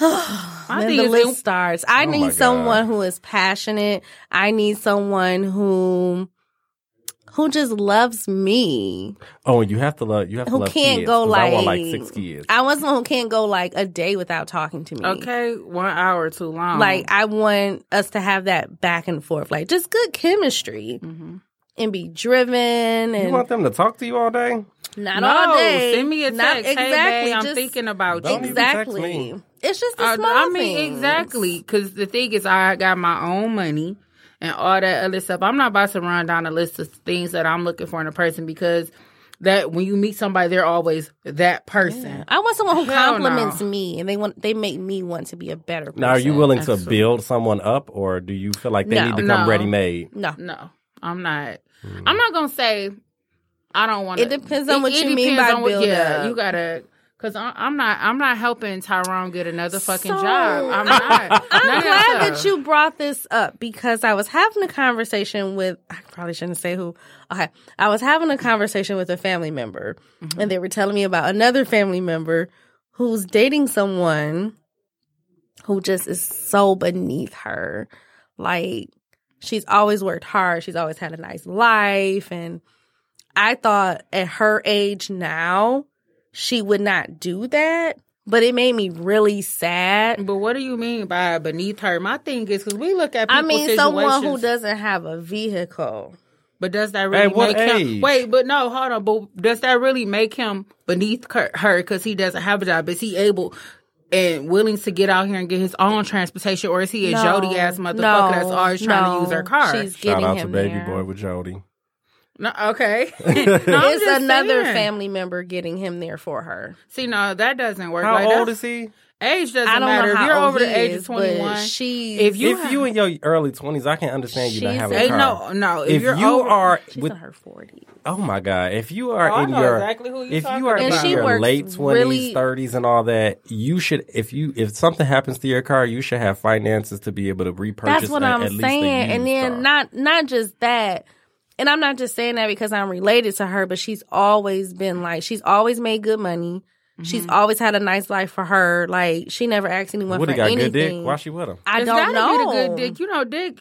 E: I
D: then
E: think
D: the
E: it's
D: list starts. I
B: Oh my
D: need
B: God.
D: someone who is passionate. I need someone who who just loves me.
B: Oh, and you have to love. You have to
D: Who
B: love
D: can't
B: kids,
D: go
B: 'cause I want like
D: like-
B: six kids.
D: I want someone who can't go like a day without talking to me.
E: okay, one hour too long.
D: Like I want us to have that back and forth, like just good chemistry
E: Mhm.
D: and be driven and
B: you want them to talk to you all day?
D: not
E: no,
D: all day.
E: send me a text.
D: Not
E: Hey, babe,
D: exactly,
E: I'm
D: just-
E: thinking about
B: Don't
E: you.
B: even text
D: exactly.
B: me.
D: It's just the
E: I,
D: small
E: I mean,
D: things.
E: exactly. Because the thing is, I got my own money and all that other stuff. I'm not about to run down a list of things that I'm looking for in a person because that when you meet somebody, they're always that person.
D: I want someone who
E: Hell no.
D: compliments me and they want they make me want to be a better person.
B: Now, are you willing to
E: Excellent.
B: build someone up, or do you feel like they
D: No.
B: need to come
E: No.
B: ready made?
D: No.
E: No, I'm not. I'm not gonna say I don't want.
D: It depends on what you mean by build
E: yeah,
D: up.
E: you gotta. Cause I- I'm not, I'm not helping Tyrone get another fucking
D: So-
E: job. I'm not.
D: I'm
E: None of
D: glad
E: stuff.
D: that you brought this up because I was having a conversation with I probably shouldn't say who. Okay. I was having a conversation with a family member and they were telling me about another family member who's dating someone who just is so beneath her. Like she's always worked hard, she's always had a nice life and I thought at her age now she would not do that, but it made me really sad
E: But what do you mean by beneath her? My thing is because we look at people
D: I mean,
E: situations,
D: someone who doesn't have a vehicle.
E: But does that really
B: what
E: make him?
B: age?
E: Wait, but no, hold on. But does that really make him beneath cur- her because he doesn't have a job? Is he able and willing to get out here and get his own transportation, or is he a Jody ass motherfucker that's always trying to use her car?
D: She's
B: Shout
D: getting
B: out to
D: him
B: Baby
D: there.
B: Boy with Jody.
E: No, okay. no, I'm
D: It's
E: just
D: another
E: saying.
D: family member getting him there for her.
E: See, no, that doesn't work.
B: How
E: like,
B: old
E: that's-
B: is he?
E: age? Doesn't
D: I don't
E: matter.
D: know how
E: if you're
D: old
E: over
D: he
E: the age
D: is,
E: of
D: but
E: twenty one.
D: she's-
E: if you,
B: if you in your early twenties, I can understand you not
D: She's
B: having a
E: Hey,
B: car.
E: no, no. If,
B: if
E: you're
B: you
E: over,
B: are
D: She's
B: with
D: in her 40s.
B: oh my god, if you
E: Oh,
B: are
E: I
B: in
E: know
B: your
E: exactly who you
B: if
E: talking
B: you are in
E: about.
D: And she
B: your
D: works
B: late twenties,
D: really-
B: thirties, and all that, you should if you if something happens to your car, you should have finances to be able to repurchase.
D: That's what
B: a-
D: I'm
B: at least a
D: saying. And
B: used
D: then
B: car.
D: not not just that. And I'm not just saying that because I'm related to her, but she's always been like she's always made good money. She's
E: Mm-hmm.
D: always had a nice life for her. Like she never asked anyone
B: would
D: for
B: have got
D: anything.
B: good dick. Why she with him?
D: I
E: it's
D: don't
E: gotta
D: know.
E: Be the good dick. You know, dick.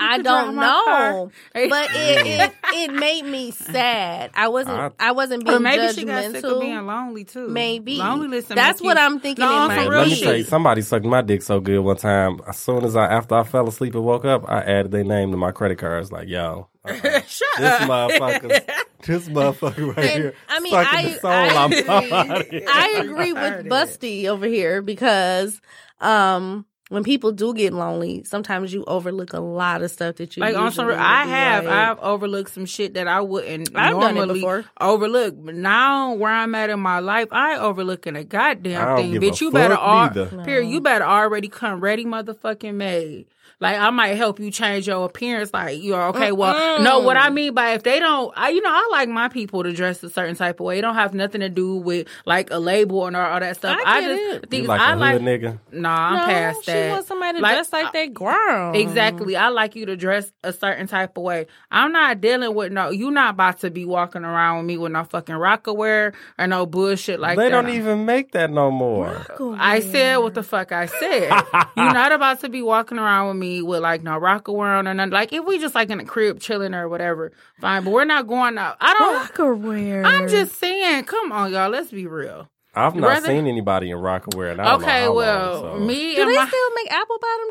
D: I
E: could drive
D: don't
E: my
D: know,
E: car.
D: but it, it it made me sad. I wasn't I,
B: I-
D: wasn't being
E: Or maybe
D: judgmental.
E: she got sick of being lonely too.
D: Maybe.
E: loneliness. and
D: That's
E: make
D: what
E: you-
D: I'm thinking
E: No,
D: in my
E: for real.
B: Let me
D: shit.
B: tell you, somebody sucked my dick so good one time. As soon as I after I fell asleep and woke up, I added their name to my credit card. It's like, yo, uh-uh. this motherfucker, this motherfucker right
D: And,
B: here.
D: I mean,
B: sucking
D: I-
B: the soul
D: I
B: out my
D: agree.
B: body.
D: I agree with
E: Heard it.
D: Busty over here because um, when people do get lonely, sometimes you overlook a lot of stuff that you
E: Like on some,
D: usually would
E: I
D: be
E: have
D: like-
E: I've overlooked some shit that I wouldn't
D: I've done it
E: normally
D: before.
E: overlook. But now where I'm at in my life, I overlooking a
B: I
E: goddamn
B: don't
E: thing,
B: give
E: bitch.
B: a
E: You better
B: fuck
E: all,
B: neither.
E: period. You better already come ready, motherfucking made. Like I might help you change your appearance. Like you're okay. Well, no, what I mean by if they don't, I you know I like my people to dress a certain type of way. It don't have nothing to do with like a label and all, all that stuff.
D: I get
E: just
D: it.
E: think
B: You like a
E: I
B: hood
E: like.
B: nigga.
E: Nah, I'm
D: No,
E: past
D: she
E: that.
D: wants somebody
E: Like,
D: just like that girl.
E: Exactly. I like you to dress a certain type of way. I'm not dealing with no. You not about to be walking around with me with no fucking rocker wear or no bullshit like
B: they
E: that.
B: don't even make that no more.
E: I said what the fuck I said. You're not about to be walking around with me with like no rocker wear on or nothing. Like if we just like in the crib chilling or whatever, fine. But we're not going out. I don't.
D: Rocker wear.
E: I'm just saying. Come on, y'all. Let's be real.
B: I've not
E: Rather-
B: seen anybody in rock wear it.
E: Okay. Well, me
D: Do
E: and
D: they
E: my
D: still make apple bottom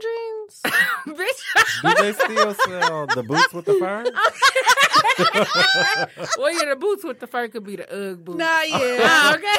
D: jeans?
E: bitch.
B: Do they still sell the boots with the fur?
E: well, yeah, the boots with the fur could be the UGG boots.
D: yeah.
E: okay.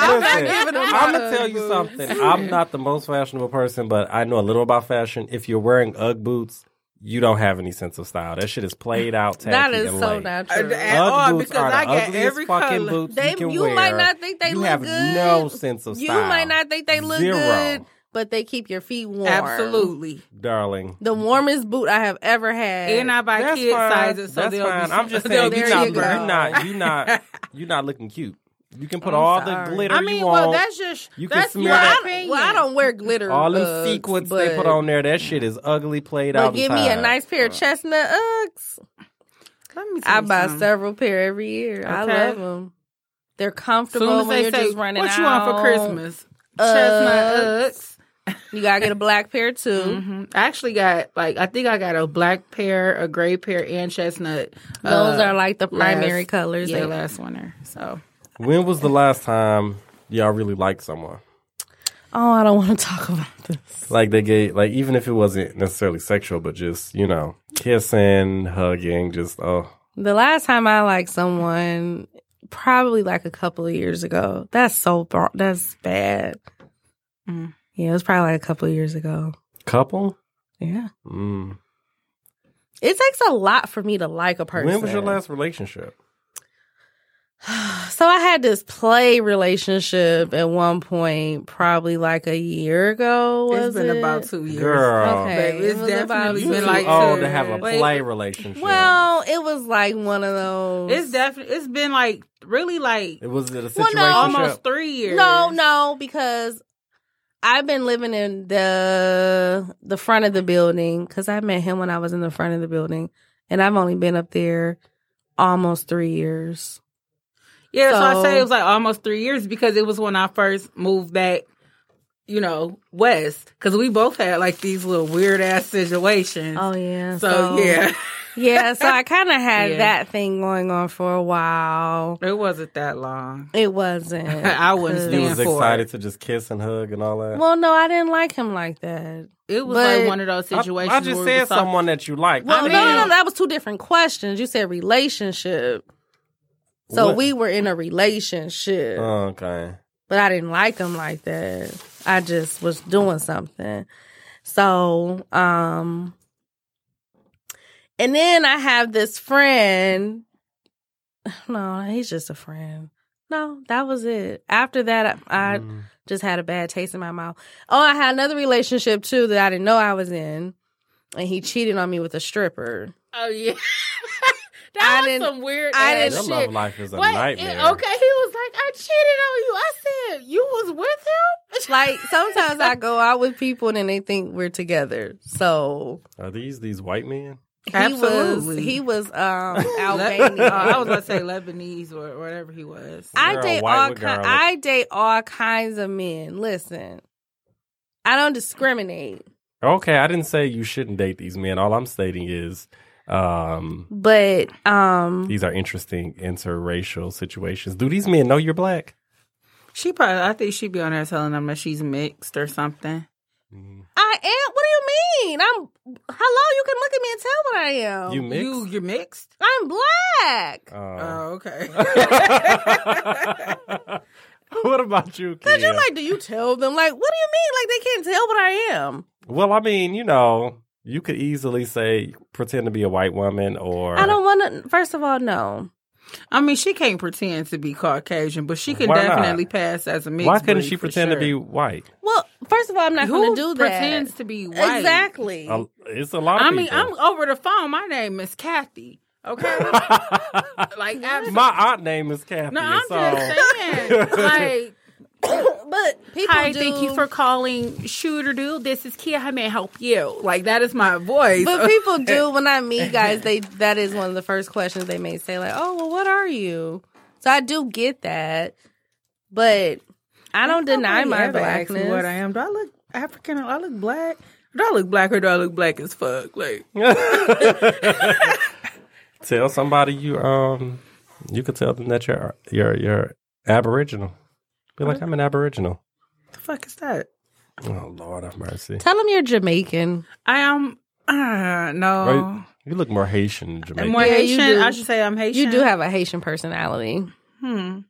B: I'm
E: giving them
B: gonna
E: Ugg
B: tell you
E: boots.
B: something. I'm not the most fashionable person, but I know a little about fashion. If you're wearing UGG boots, you don't have any sense of style. That shit is played out. Tacky
D: that is
B: and
D: so
B: lame.
D: not
E: Uh,
D: true.
E: the-
B: UGG
E: all
B: boots
E: because
B: are the
E: I got
B: ugliest
E: every
B: fucking
E: color.
B: boots
D: They-
B: you can
D: you
B: wear.
D: might not think they
B: You
D: look
B: have
D: good.
B: no sense of
D: you
B: style.
D: might not think they look
B: Zero.
D: good, but they keep your feet warm.
E: Absolutely.
B: darling.
D: The warmest boot I have ever had.
E: And I buy
B: That's
E: kid
B: fine.
E: sizes, so
B: That's
E: they'll
B: fine.
E: be.
B: I'm just saying,
E: they'll be
B: you're
D: there
B: not,
D: you
B: you
E: cheaper.
D: go.
B: not, you not, you not looking cute. You can put
D: I'm
B: all the
D: sorry.
B: glitter
E: I mean,
B: you
E: well,
B: want.
E: that's just
B: You can
E: that's
B: smear
E: your
B: that-
E: opinion.
D: well, I don't wear glitter.
B: all them
D: Uggs,
B: sequins
D: but,
B: they put on there, that shit is ugly, played out.
D: But
B: and
D: give me a
B: tied.
D: nice pair of chestnut Uggs.
E: Let me tell
D: I
E: you
D: buy
E: something.
D: several pair every year. I
E: Okay.
D: love them. They're
E: Soon
D: comfortable
E: as
D: when
E: they
D: you're
E: say,
D: just running
E: "What you
D: out.
E: want for Christmas?" Chestnut
D: Uggs.
E: Uggs.
D: You gotta get a black pair too.
E: hmm Uh, I actually got like I think I got a black pair, a gray pair, and chestnut.
D: Those
E: uh,
D: are like the primary
E: last-
D: colors.
E: Yeah,
D: they-
E: last winter. So
B: When was the last time y'all really liked someone?
D: Oh, I don't want to talk about this.
B: Like they gave, like even if it wasn't necessarily sexual, but just you know, kissing, hugging, just oh,
D: The last time I liked someone, probably like a couple of years ago. That's so bro- that's bad.
E: Mm.
D: Yeah, it was probably like a couple of years ago.
B: couple.
D: Yeah,
B: Mm.
D: it takes a lot for me to like a person.
B: When was your last relationship?
D: So I had this play relationship at one point, probably like a year ago. Was
E: it's been
D: it?
E: about two years.
B: Girl,
D: Okay.
E: Babe,
D: it
E: it's
D: was about
E: definitely
D: two
E: been
B: too
E: like
B: old oh,
E: two-
B: to have a
E: Wait,
B: play relationship.
D: Well, it was like one of those.
E: It's definitely it's been like really like
B: it was it a
D: Well,
B: situation.
D: no.
E: almost three years.
D: No, no, because I've been living in the the front of the building because I met him when I was in the front of the building, and I've only been up there almost three years.
E: Yeah, so, I
D: So-
E: say it was like almost three years because it was when I first moved back, you know, west. Because we both had like these little weird ass situations.
D: Oh, yeah,
E: so, Oh, yeah,
D: yeah. So I kind of had
E: Yeah.
D: that thing going on for a while.
E: it wasn't that long.
D: It wasn't.
E: I wouldn't
D: 'cause-
B: You was
E: stand for it.
B: excited to just kiss and hug and all that.
D: Well, no, I didn't like him like that.
E: It was
D: But-
E: like one of those
B: I-
E: situations.
B: I,
E: where
B: just
E: we
B: said
E: was talking-
B: someone that you like.
D: Well,
E: I
D: no,
E: mean-
D: no, no, that was two different questions. You said relationship, so
B: What-
D: we were in a relationship.
B: Okay.
D: but I didn't like him like that. I just was doing something. So, um and then I have this friend. No, he's just a friend. No, that was it. After that, I, I
B: Mm.
D: just had a bad taste in my mouth. Oh, I had another relationship too that I didn't know I was in, and he cheated on me with a stripper.
E: Oh yeah,
D: I
E: that
D: didn't-
E: was some weird.
D: I
E: ass
D: didn't-
B: Your
E: shit.
B: love life is a
E: What?
B: nightmare.
E: Okay, he was like, "I cheated on you." I said, "You was with him?"
D: Like sometimes I go out with people and then they think we're together. So
B: Are these these white men?
E: Absolutely.
D: He was he was um
E: Albanian.
D: Albanian.
E: I was about to say Lebanese or whatever he was.
D: I
B: Girl,
D: date
B: white
D: all
B: with
D: ki-
B: garlic.
D: I date all kinds of men. Listen. I don't discriminate,
B: Okay, I didn't say you shouldn't date these men. All I'm stating is um
D: but um
B: these are interesting interracial situations. Do these men know you're black?
E: She probably, I think she'd be on there telling them that she's mixed or something.
D: I am what do you mean? I'm hello, you can look at me and tell what I am.
B: You mixed?
E: You, you're mixed.
D: I'm black.
B: Oh.
E: Oh, okay.
B: what about you,
D: Cause
B: kid?
D: you're like, do you tell them? Like, what do you mean? Like they can't tell what I am.
B: well, I mean, you know, you could easily say pretend to be a white woman or
D: I don't wanna first of all, no.
E: I mean, she can't pretend to be Caucasian, but she can
B: Why not?
E: definitely pass as a mixed.
B: Why couldn't
E: breed
B: she
E: for
B: pretend to be
E: sure.
B: white?
D: Well, first of all, I'm not
E: Who
D: gonna do that.
E: pretends to be white?
D: Exactly.
B: A- it's a lot of
E: I mean, I'm
B: people.
E: over the phone. My name is Kathy. Okay. like, absolutely.
B: My aunt name is Kathy.
E: no, I'm
B: so
E: just saying. Like,
D: but people
E: hi,
D: do,
E: thank you for calling Shooter Dude. This is Kia. How may I help you? Like, that is my voice.
D: But people do when I meet guys, they that is one of the first questions they may say, like, "Oh, well, what are you?" So I do get that, but I don't deny
E: Nobody
D: my
E: ever asked me
D: blackness.
E: What I am? Do I look African? Or do I look black? Do I look black or do I look black as fuck? Like
B: tell somebody you um you could tell them that you're you're you're aboriginal. Be like, I'm an aboriginal.
E: the fuck is that?
B: Oh Lord have mercy.
D: Tell them you're Jamaican.
E: I am. Uh, no,
B: Right? You look more Haitian than
E: I'm
B: Jamaican.
E: more
D: Yeah, you
E: Haitian.
D: do.
E: I should say I'm Haitian.
D: You do have a Haitian personality,
E: Hmm.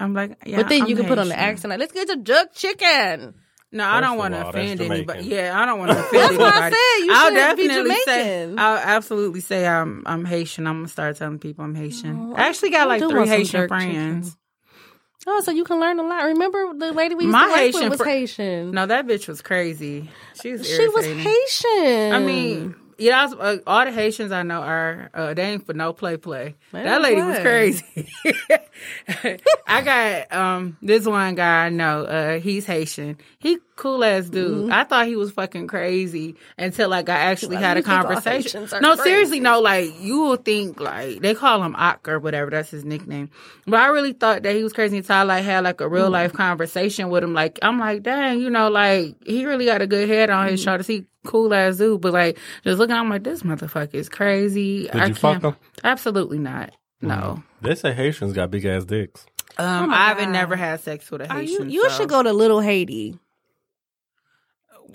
E: I'm like, yeah,
D: but then
E: I'm
D: you can put on the
E: Haitian.
D: accent. Like, let's get the jerk chicken.
E: No, I
B: First
E: don't
B: of
E: want
B: all,
E: to
B: that's
E: offend anybody.
B: Jamaican.
E: Yeah, I don't want to offend
D: That's why I
E: anybody.
D: said you
E: I'll
D: shouldn't be
E: definitely say
D: Jamaican.
E: I'll absolutely say I'm I'm Haitian. I'm gonna start telling people I'm Haitian.
D: Oh,
E: I actually got
D: I
E: like
D: do
E: three
D: want some
E: Haitian
D: jerk chicken.
E: friends.
D: Oh, so you can learn a lot. Remember the lady we used
E: My
D: to work
E: Haitian
D: with was
E: fr-
D: Haitian.
E: No, that bitch was crazy. She was
D: she was
E: irritating.
D: Haitian.
E: I mean, yeah, I was, uh, all the Haitians I know are uh, they ain't for no play play.
D: They don't
E: that lady was
D: play.
E: crazy. I got um this one guy I know. Uh, he's Haitian. He cool ass dude.
D: Mm-hmm.
E: I thought he was fucking crazy until like I actually
D: Why
E: had
D: do
E: a
D: you think all
E: conversation.
D: Haitians are
E: No,
D: crazy?
E: seriously, no. Like you will think like they call him Ock or whatever. That's his nickname. But I really thought that he was crazy until I like had like a
B: Hmm.
E: real life conversation with him. Like I'm like, dang, you know, like he really got a good head on his
B: Hmm.
E: shoulders. He cool ass dude, but like just looking, I'm like, this motherfucker is crazy.
B: Did you fuck him?
E: Absolutely not. No.
B: They say Haitians got big ass dicks.
E: Um, I haven't never had sex with a
D: Are
E: Haitian.
D: you you
E: so-
D: should go to Little Haiti.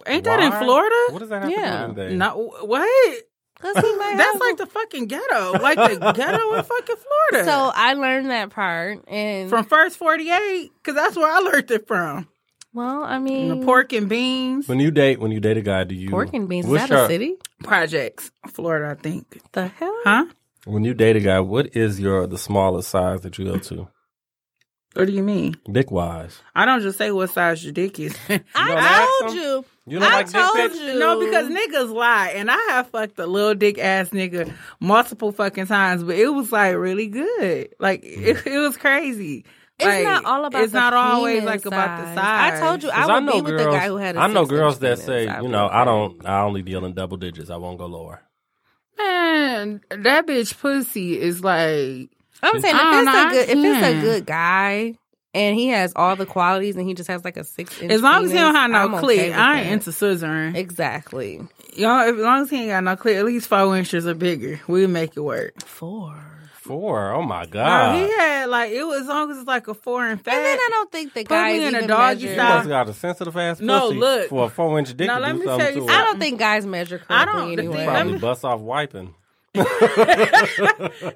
E: Ain't that in
B: Why?
E: Florida?
B: What does that have
D: Yeah.
B: to do with anything?
E: No, what?
D: 'Cause he might
E: That's
D: have-
E: like the fucking ghetto, like the ghetto in fucking Florida.
D: so I learned that part and
E: from first forty eight, because that's where I learned it from.
D: well, I
E: And
D: mean
E: the pork and beans
B: When you date, when you date a guy, do you
D: pork and beans, is
B: what's
D: that
B: your-
D: a city?
E: projects, Florida, I think.
D: The hell?
E: Huh?
B: When you date a guy, what is your the smallest size that you go to,
E: What do you mean?
B: dick wise?
E: I don't just say what size your dick is.
B: don't
D: I
B: ask
D: told
B: them?
D: you.
B: You
D: I told you.
E: No, because niggas lie, and I have fucked a little dick ass nigga multiple fucking times, but it was like really good. Like it, it was crazy.
D: It's
E: Like,
D: not all about.
E: It's
D: the
E: not always
D: penis
E: like about the
D: size.
E: size.
D: I told you I
B: 'Cause
D: would be with the guy who had. a
B: I know
D: six-inch
B: girls that
D: penis.
B: say,
D: I
B: you
D: would.
B: know, I don't. I only deal in double digits. I won't go lower.
E: man, that bitch pussy is like
D: I'm saying
E: I don't
D: if
E: know, I
D: it's a good, if it's
E: can't.
D: a good guy and he has all the qualities and he just has like a six inch.
E: as long as he don't have
D: I'm
E: no
D: okay
E: cleat,
D: with
E: I ain't
D: that.
E: into scissoring.
D: exactly
E: Y'all, as long as he ain't got no cleat, at least four inches or bigger, we make it work.
D: four.
B: Four. Oh my god.
E: Like, he had like it was as long as it's like a foreign fat.
D: And then I don't think the guys
E: me in a
D: even
E: doggy
D: measure.
B: You
E: style.
B: must got a sensitive ass
E: No,
B: pussy
E: look.
B: for a four inch dick
E: No,
B: to
E: let
B: do
E: me
B: something
E: tell you
B: to it.
D: I don't think guys measure
E: I
D: correctly
E: don't- the
D: anyway.
E: thing-
B: Probably
E: let me-
B: bust off wiping.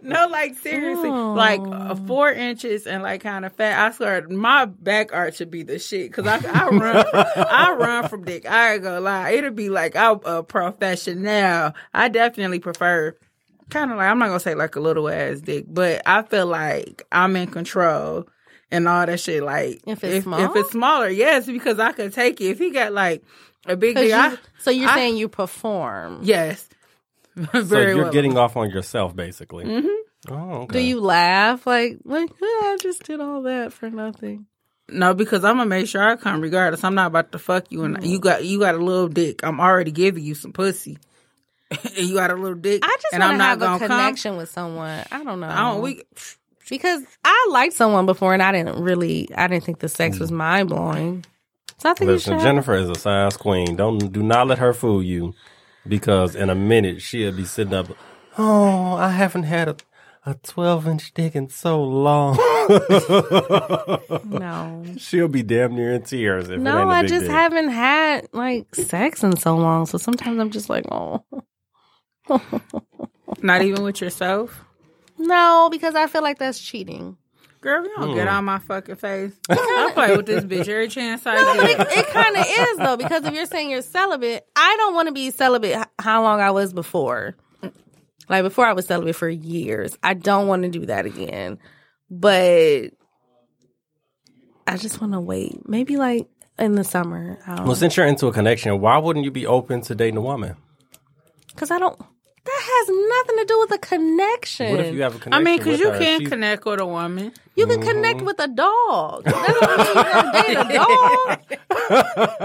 E: No, like seriously, like uh, four inches and like kind of fat. I swear, my back arch should be the shit because I, I run, I run from dick. I ain't gonna lie, it'll be like I'm a professional. I definitely prefer kind of like I'm not gonna say like a little ass dick, but I feel like I'm in control and all that shit. Like
D: If it's small?
E: if it's smaller, yes, because I could take it. If he got like a big
D: 'Cause
E: dick,
D: you-
E: I,
D: so you're
E: I-
D: saying you perform?
E: yes, very
B: So you're
E: well.
B: getting off on yourself, basically. Mm-hmm. Oh, okay.
D: Do you laugh like like "Yeah, I just did all that for nothing?
E: No, because I'm gonna make sure I come regardless. I'm not about to fuck you, and you got you got a little dick. I'm already giving you some pussy. and you got a little dick.
D: I just
E: and
D: want to
E: I'm not
D: have a
E: gonna come.
D: connection with someone. I don't know.
E: I don't. We
D: because I liked someone before and I didn't really I didn't think the sex
E: Mm.
D: was mind blowing. So I think you
B: Listen,
D: should.
B: Jennifer is a size queen. Don't do not let her fool you, because in a minute she'll be sitting up. Oh, I haven't had a a twelve inch dick in so long.
D: no.
B: she'll be damn near in tears if it ain't
D: No,
B: a
D: I
B: big
D: just
B: dick.
D: haven't had like sex in so long. So sometimes I'm just like, oh
E: not even with yourself,
D: no, because I feel like that's cheating.
E: girl. You don't get on my fucking face. I play with this bitch every chance I
D: But it,
E: get.
D: it kind of is though, because if you're saying you're celibate, I don't want to be celibate. h- How long I was before, like before I was celibate for years. I don't want to do that again, but I just want to wait. Maybe like in the summer,
B: Well, since you're into a connection, why wouldn't you be open to dating a woman?
D: because I don't. That has nothing to do with a connection.
B: What if you have a
E: I
B: connection?
E: mean, because
B: with
E: you
B: her?
E: can't
B: She's-
E: connect with a woman.
D: You can connect
B: Mhm.
D: with a dog. That don't mean you gonna date a dog.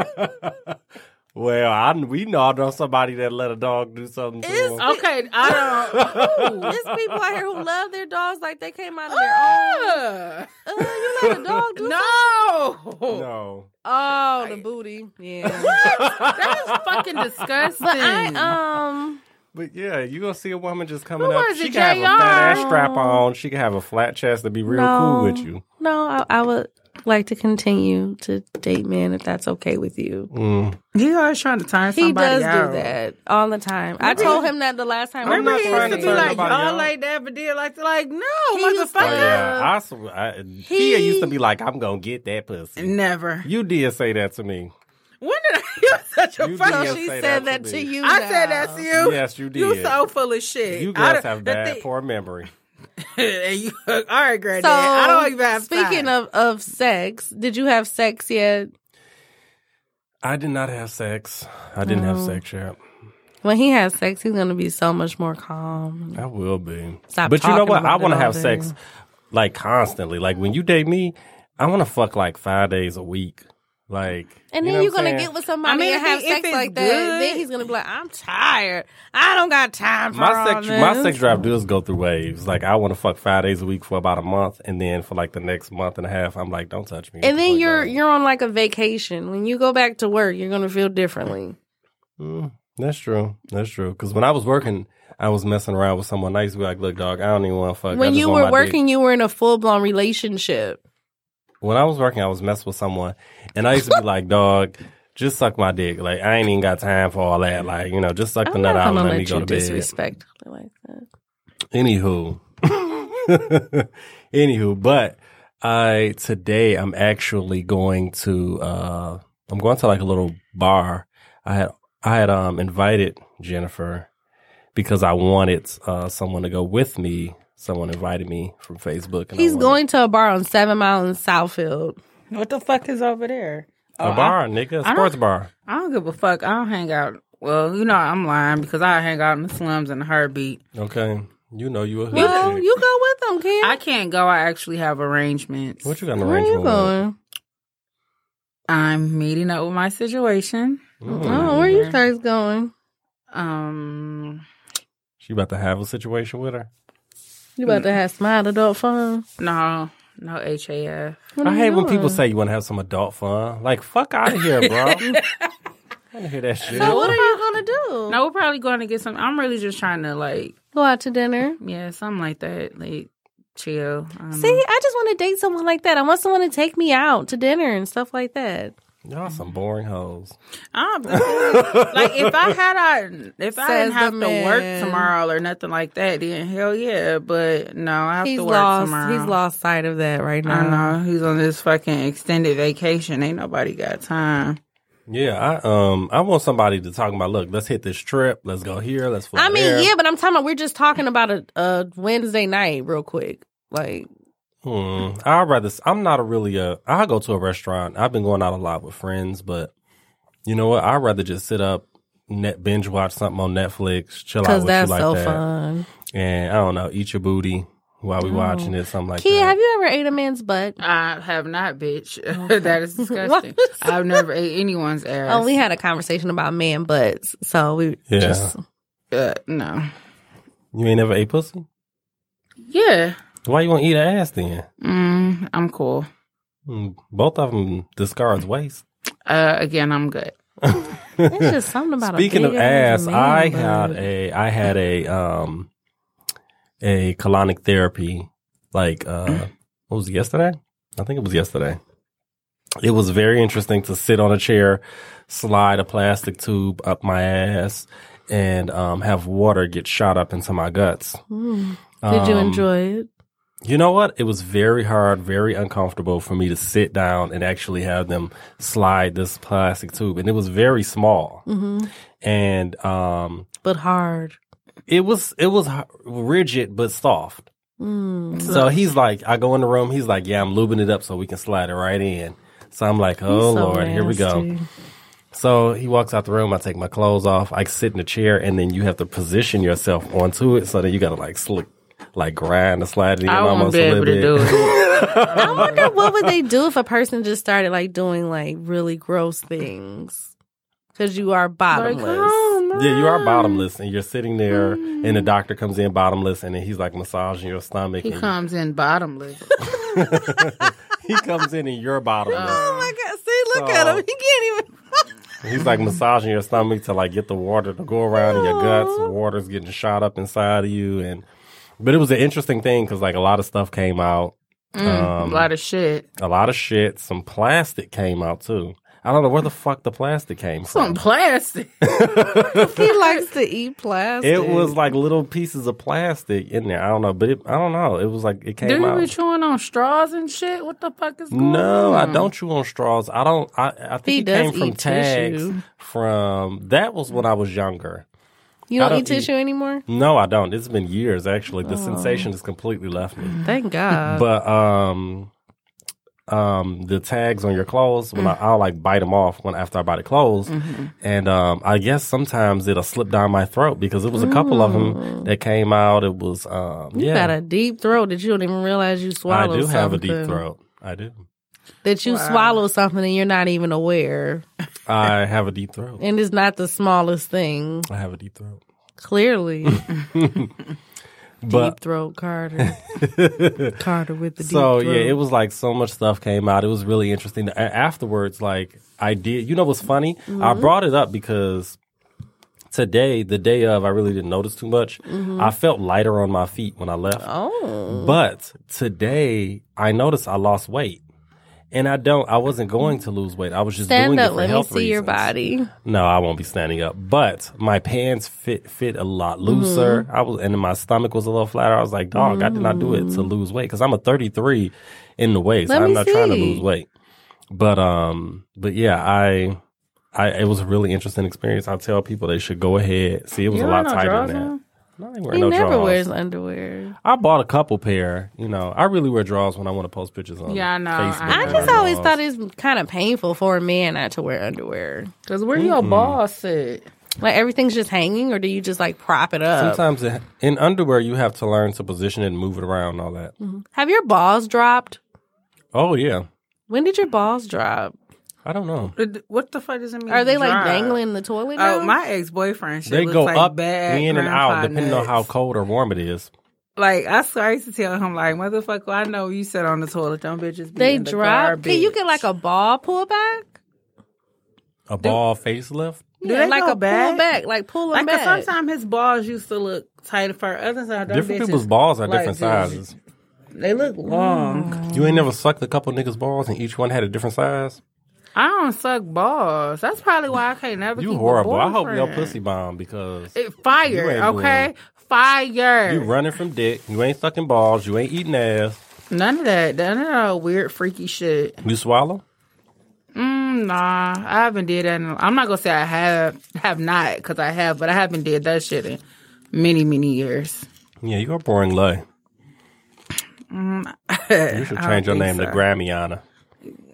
B: Well, I we know I know somebody that let a dog do something to
D: It's-
B: him.
E: Okay, I don't. Ooh.
D: There's people out here who love their dogs like they came out of their own.
E: Ugh.
D: Uh, you let a dog do
E: no,
B: No.
D: Oh, the booty. Yeah.
E: that is fucking disgusting.
D: But I um
B: But yeah, you gonna see a woman just coming
E: Who
B: up.
E: was
B: She
E: it,
B: can have a fat
E: JR?
B: ass strap on. She can have a flat chest to be real cool
D: No.
B: with you.
D: no, I, I would like to continue to date men if that's okay with you.
B: Mm.
E: he always trying to turn
D: He
E: somebody
D: does
E: out.
D: do that all the time. I told him that the last time.
B: I'm
E: Remember,
B: not
E: he
B: trying
E: used
B: to
E: to
B: turn
E: be like,
B: nobody out.
E: y'all like that, but then like, like, no,
D: used to-
B: Oh
D: Uh,
E: motherfucker.
B: yeah, I, sw- I Kia used to be like, "I'm gonna get that pussy."
E: Never.
B: You did say that to me.
E: When did I? You're such a
B: You
E: fucking.
B: did.
D: She
B: say
D: said
B: that to
D: that to
B: me.
D: you.
E: I said that to you.
B: Yes, you did.
E: You so full of shit.
B: You
E: I
B: guys
E: don't-
B: have
E: the
B: bad
E: thing-
B: poor memory.
E: And you- all right, granddad.
D: So
E: I don't even have
D: speaking
E: time.
D: of of sex, did you have sex yet?
B: I did not have sex. I didn't have sex yet.
D: When he has sex, he's gonna be so much more calm.
B: I will be.
D: Stop
B: but you know
D: talking
B: what? I
D: about it
B: want to
D: all
B: have
D: day.
B: sex like constantly. Like when you date me, I want to fuck like five days a week. Like,
D: And
B: you
D: then
B: know
D: you're
B: what I'm
D: gonna
B: saying?
D: get with somebody
E: I mean,
D: and
E: if
D: have
E: it- if
D: sex
E: it's
D: like that.
E: good-
D: Then he's gonna be like, "I'm
E: Oh
D: tired. I don't got time for
B: my
D: all
B: sex
D: this."
B: my sex drive does go through waves. Like I want to fuck five days a week for about a month, and then for like the next month and a half, I'm like, don't touch me.
D: And then
B: Like,
D: you're
B: no.
D: you're on like a vacation. When you go back to work, you're gonna feel differently.
B: Mm, that's true. That's true. Because when I was working, I was messing around with someone nice. Be like, look, dog, I don't even want to fuck. I
D: when
B: just
D: you
B: want
D: were
B: my dick."
D: working, you were in a full blown relationship.
B: when I was working, I was messing with someone, and I used to be like, dog. Just suck my dick. Like I ain't even got time for all that. Like you know, just suck the
D: I'm
B: nut
D: not
B: out and
D: gonna
B: let me
D: let
B: go
D: you
B: to bed.
D: disrespect like that.
B: Anywho, anywho, but I today I'm actually going to uh I'm going to like a little bar. I had I had um invited Jennifer because I wanted uh someone to go with me. Someone invited me from Facebook. I
D: He's
B: wanted-
D: going to a bar on Seven Mile in Southfield.
E: What the fuck is over there? Oh,
B: a bar, nigga, a
E: don't-
B: sports bar.
E: I, I don't give a fuck. I don't hang out. Well, you know I'm lying because I hang out in the slums in a heartbeat.
B: Okay, you know you a hood
D: Well,
B: chick.
D: you go with them, Ken.
E: I can't go. I actually have arrangements.
B: What you got in the
D: Where are
B: range
D: you going?
E: I'm meeting up with my situation.
B: Mm.
D: Oh, where you guys going?
E: Um,
B: She about to have a situation with her.
D: You about
B: Mm.
D: to have smile adult fun?
E: no, no HAF.
D: What are
B: I
D: you
B: hate when people
D: doing?
B: say you want to have some adult fun. Like, fuck out of here, bro. I don't hear that shit.
D: So what are you gonna do?
E: No, we're probably going to get some. I'm really just trying to like,
D: Go out to dinner.
E: yeah, something like that. Like, chill. I don't know.
D: See, I just want to date someone like that. I want someone to take me out to dinner and stuff like that.
B: Y'all some boring hoes.
E: I'm, like if I had I if I
D: Says
E: didn't
D: the
E: have to work
D: man.
E: tomorrow or nothing like that, then hell yeah. But no, I have
D: He's
E: to work
D: lost.
E: tomorrow.
D: He's lost sight of that right now.
E: I know he's on this fucking extended vacation. Ain't nobody got time.
B: Yeah, I um, I want somebody to talk about. Look, let's hit this trip. Let's go here. Let's. fly
D: I mean,
B: there.
D: yeah, but I'm talking about we're just talking about a, a Wednesday night, real quick. Like,
B: Hmm. I'd rather. s- I'm not a really a. I go to a restaurant. I've been going out a lot with friends, but you know what? I'd rather just sit up, net binge watch something on Netflix, chill out
D: because
B: with
D: that's
B: you like
D: so
B: that,
D: fun.
B: and I don't know, eat your booty while we watching it, something like
D: Oh. Kid,
B: that.
D: have you ever ate a man's butt?
E: I have not, bitch. that is disgusting.
D: What?
E: I've never ate anyone's ass.
D: Oh, we had a conversation about man butts, so we
B: Yeah.
D: just
E: uh, no.
B: you ain't never ate pussy.
E: Yeah,
B: Why you want to eat an ass then?
E: mm, I'm cool.
B: Mm, Both of them discards waste.
E: Uh, again, I'm good.
D: it's just something about.
B: Speaking
D: a
B: of
D: big
B: ass,
D: ass,
B: I
D: man
B: had
D: butt.
B: a I had a um a colonic therapy like uh what was it, yesterday? I think it was yesterday. It was very interesting to sit on a chair, slide a plastic tube up my ass, and um, have water get shot up into my guts.
D: Mm. Did you
B: Um,
D: enjoy it?
B: You know what? It was very hard, very uncomfortable for me to sit down and actually have them slide this plastic tube, and it was very small.
E: Mm-hmm.
D: hmm
B: And um,
D: But hard.
B: it was it was h- rigid but soft.
D: Mm.
B: So he's like, I go in the room. He's like, Yeah, I'm lubing it up so we can slide it right in. So I'm like, Oh
D: So
B: Lord, here we go.
D: nasty.
B: So he walks out the room. I take my clothes off. I sit in the chair, and then you have to position yourself onto it so that you got to like slick, like grind and slide it in
E: I won't
B: almost
E: be
B: a
E: able
B: little
E: to do
B: bit.
E: it.
D: I wonder what would they do if a person just started like doing like really gross things because you are
E: Like,
D: bottomless.
E: oh,
B: Yeah, you are
E: man.
B: bottomless, and you're sitting there, and
D: Mm.
B: the doctor comes in bottomless, and then he's like massaging your stomach.
E: He
B: and
E: comes in bottomless.
B: he comes in, and you're bottomless.
D: Oh my god! See, look
B: So-
D: at him. He can't even.
B: He's like massaging your stomach to like get the water to go around in your guts. Water's getting shot up inside of you, and but it was an interesting thing because like a lot of stuff came out,
E: Mm,
B: Um,
E: a lot of shit.
B: a lot of shit. Some plastic came out too. I don't know where the fuck the plastic came
E: Some
B: from.
E: plastic.
D: He likes to E eat plastic.
B: It was like little pieces of plastic in there. I don't know, but it, I don't know. It was like it came
E: Do you
B: out.
E: be chewing on straws and shit? What the fuck is going
B: No,
E: on?
B: I don't chew on straws. I don't. I, I think
D: Hmm. He
B: it
D: does
B: came from
D: eat
B: tags.
D: tissue.
B: From that was when I was younger.
D: you
B: I
D: don't,
B: don't
D: eat tissue anymore.
B: No, I don't. It's been
D: Oh.
B: years actually. The sensation has completely left me.
D: Thank God.
B: But um, um, the tags on your clothes when
D: Mm.
B: I, I'll like bite them off when after I buy the clothes,
D: Mm-hmm.
B: and um, I guess sometimes it'll slip down my throat because it was a couple of them that came out. It was um,
D: Mm. You
B: yeah,
D: got a deep throat that you don't even realize you
B: I
D: swallowed.
B: do have a
D: something.
B: deep throat. I do.
D: That you swallow something and you're not even aware.
B: I have a deep throat.
D: And it's not the smallest thing.
B: I have a deep throat.
D: Clearly.
B: But
D: deep throat Carter. Carter with the deep
B: so
D: throat.
B: yeah, it was like so much stuff came out. It was really interesting. A- Afterwards, like I did, you know what's funny? I
D: Mm-hmm.
B: brought it up because today, the day of, I really didn't notice too much. I felt lighter on my feet when I left.
D: Mm-hmm. Oh.
B: But today, I noticed I lost weight. And I don't. I wasn't going to lose weight. I was just doing
D: Stand
B: it
D: up.
B: for
D: Let me
B: health
D: see your
B: reasons.
D: body.
B: No, I won't be standing up. But my pants fit fit a lot looser. I was and my stomach was a little flatter. I was like, dog, I did not do it to lose weight because I'm a 33 in the waist.
D: Let
B: I'm
D: me
B: not trying to
D: see.
B: lose weight. But um, but yeah, I, I it was a really interesting experience. I tell people they should go ahead. See, it was
E: You
B: a
E: don't
B: lot
E: have no
B: tighter
E: drawers
B: than that.
E: on?
B: No, I ain't wearing
D: He
B: no
D: never
B: drawers.
D: wears underwear.
B: I bought a couple pair. You know, I really wear drawers when I want to post pictures on.
E: Yeah, I know.
B: Facebook
E: I
D: I
B: or
E: Yeah.
D: just always
B: drawers.
D: thought it's kind of painful for a man not to wear underwear.
E: Cause where your boss at?
D: Like everything's just hanging, or do you just like prop it up?
B: Sometimes it, in underwear you have to learn to position it and move it around and all that.
D: Have your balls dropped?
B: Oh yeah.
D: When did your balls drop?
B: I don't know.
E: What the fuck does it mean?
D: Are they like
E: drive?
D: dangling in the toilet?
E: Oh,
D: now?
E: my ex boyfriend.
B: They go
E: like
B: up,
E: bad
B: in and out,
E: grandpa
B: depending on
E: nuts.
B: how cold or warm it is.
E: Like I, swear, I used to tell him, like, motherfucker, I know you sit on the toilet. Them bitches. Be
D: they
E: in the
D: drop. Can you
E: garbage."
D: get like a ball pull back?
B: A ball facelift.
E: Do they
D: like
E: go
D: a
E: back?
D: pull back, like pull them
E: Like, 'cause
D: back.
E: sometimes his balls used to look tight for other times. them
B: Different
E: bitches,
B: people's balls are
E: like,
B: different
E: just-
B: sizes.
E: They look long.
B: You ain't never sucked a couple niggas' balls and each one had a different size.
E: I don't suck balls. That's probably why I can't never.
B: You
E: keep a
B: horrible. I hope your
E: boyfriend.
B: pussy bomb because
E: It
B: You
E: fire.
B: ain't
E: Okay,
B: doing-
E: fire.
B: you running from dick. You ain't sucking balls. You ain't eating ass.
E: None of that. None of that weird, freaky shit.
B: You swallow.
E: Mm, nah, I haven't did that. In, I'm not gonna say I have have not because I have, but I haven't did that shit in many many years.
B: Yeah, you're a boring lay. you should change your
E: Mm, think
B: name to
E: so.
B: Grammyana.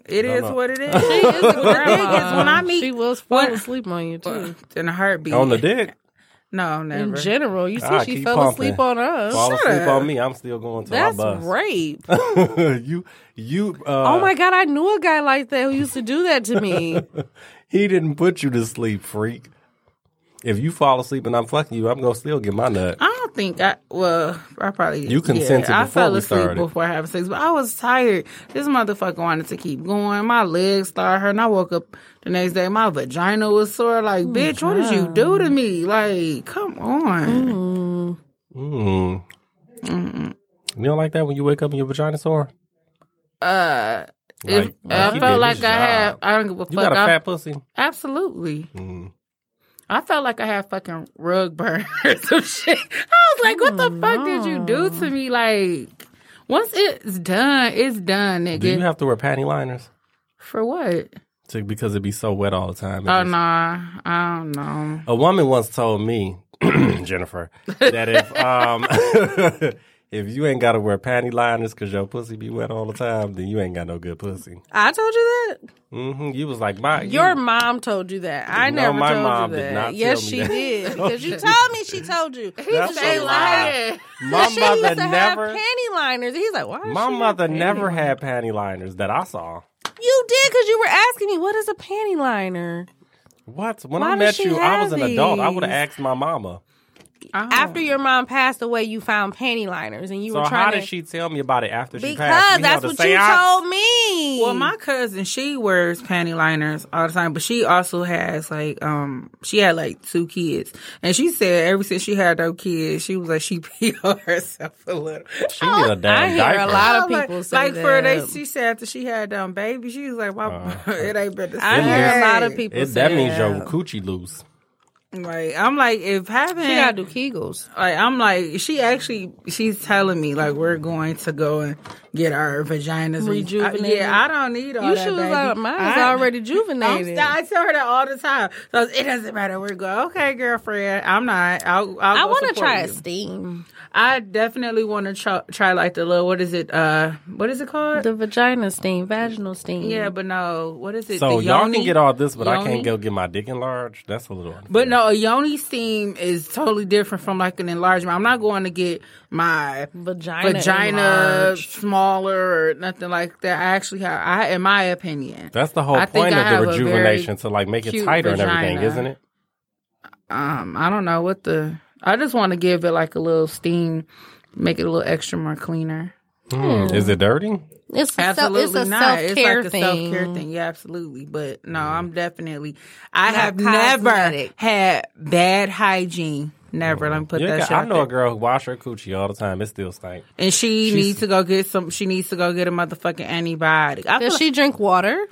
E: It is
B: know.
E: what it is.
D: She is a
E: is when I meet-
D: Um, she will fall
E: when-
D: asleep on you too.
E: in a heartbeat.
B: On the dick.
E: No,
D: In
E: never.
D: general, you see,
B: Ah,
D: she
B: keep
D: fell
B: pumping.
D: asleep on us.
B: Fall asleep
E: up.
B: on me. I'm still going to
D: That's
B: my bus.
D: rape.
B: you you uh,
D: oh my god, I knew a guy like that who used to do that to me.
B: He didn't put you to sleep, freak. If you fall asleep and I'm fucking you, I'm gonna still get my nut.
E: I don't think I. Well, I probably
B: You consented
E: yeah, I
B: before
E: fell
B: we
E: asleep
B: started.
E: before having sex, but I was tired. This motherfucker wanted to keep going. My legs started hurting. I woke up the next day. My vagina was sore. Like, bitch, what did you do to me? Like, come on.
B: Mm. You don't like that when you wake up and your vagina's sore?
E: Uh,
B: Like-
E: if,
B: like he
E: I
B: did
E: felt like
B: his
E: I had.
B: job.
E: I don't give a
B: You
E: fuck.
B: got a
E: I-
B: fat pussy?
E: absolutely.
B: Mm.
E: I felt like I had fucking rug burn or some shit. I was like, what the fuck did you do to me? Like, once it's done, it's done, nigga.
B: Do you have to wear panty liners?
E: For what?
B: To, because it'd be so wet all the time. It
E: Oh
B: just-
E: nah, I don't know.
B: A woman once told me, Jennifer, that if um if you ain't gotta wear panty liners because your pussy be wet all the time, then you ain't got no good pussy.
D: I told you that.
B: hmm You was like my
D: Your mom told you that. I
B: Mm. No,
D: never
B: my
D: told
B: mom
D: you
B: did
D: that.
B: not
D: yes,
B: tell me
D: she
B: that.
D: did because you told me she told you.
B: That's
D: She
B: a
D: like,
B: lie. My
D: she
B: mother
D: used to have
B: never.
D: panty liners. He's like, why?
B: My
D: does she have
B: mother
D: panty
B: never
D: liners?
B: had panty liners that I saw.
D: You did because you were asking me what is a panty liner.
E: Oh.
B: What? When
D: Why
B: I
D: does
B: met
D: she
B: you, I was an
D: have
B: adult. I would have
D: these?
B: asked my mama.
D: After your mom passed away, you found panty liners and you
B: So
D: were
B: how
D: trying
B: did
D: to.
B: she tell me about it after she passed? We
D: because that's
B: held a
D: what you
B: seance.
D: told me.
E: Well, my cousin, she wears panty liners all the time, but she also has like um she had like two kids. And she said ever since she had those kids, she was like she pee on herself a little.
B: She need a damn
D: I hear a
B: diaper.
D: lot of
E: I'm like-
D: people say
E: like for
D: that.
E: they she said after she had um baby, she was like, Why it ain't been the
D: I
E: same.
D: hear a lot of people.
B: It-
D: say
B: that means your
D: that.
B: coochie loose.
E: Like I'm like if having
D: She gotta do Kegels.
E: like I'm like she actually she's telling me like we're going to go and get our vaginas re- I,
D: Rejuvenated.
E: yeah, I don't need all
D: You
E: that.
D: should
E: baby.
D: have like, mine is
E: I-
D: already
E: I'm
D: juvenated.
E: st- I tell her that all the time. So it doesn't matter. We're going, okay, girlfriend. I'm not. I'll, I'll
D: I
E: go
D: want to
E: support
D: try
E: you.
D: a steam.
E: I definitely want to try, try like the little. What is it? Uh, what is it called?
D: The vagina steam, vaginal steam.
E: yeah, but no. What is it?
B: So
E: the
B: y'all
E: yoni?
B: can get all this, but I
E: Yoni?
B: can't go get my dick enlarged. That's a little. Unfair.
E: But no, a yoni steam is totally different from like an enlargement. I'm not going to get my
D: Vagina.
E: vagina
D: enlarged.
E: smaller or nothing like that. I actually have. I, in my opinion,
B: that's the whole
E: I think
B: point
E: I
B: of
E: have a
B: the
E: very
B: rejuvenation to like make it
E: cute
B: tighter and
E: vagina.
B: everything, isn't it?
E: um, I don't know what the. I just want to give it like a little steam, make it a little extra more cleaner.
B: Hmm. Is it dirty?
D: It's a, self,
E: Absolutely
D: it's a
E: not.
D: self-care
E: it's like a
D: thing.
E: self care thing. Yeah, absolutely. But no,
B: Mm.
E: I'm definitely. I
D: Not
E: have never
D: cosmetic.
E: had bad hygiene. Never. Let me put
B: Mm. Yeah,
E: that.
B: I
E: shit out
B: know
E: there.
B: a girl who wash her coochie all the time. It still stink.
E: and she needs to go get some. She needs to go get a motherfucking antibiotic. I feel
D: Does she drink water?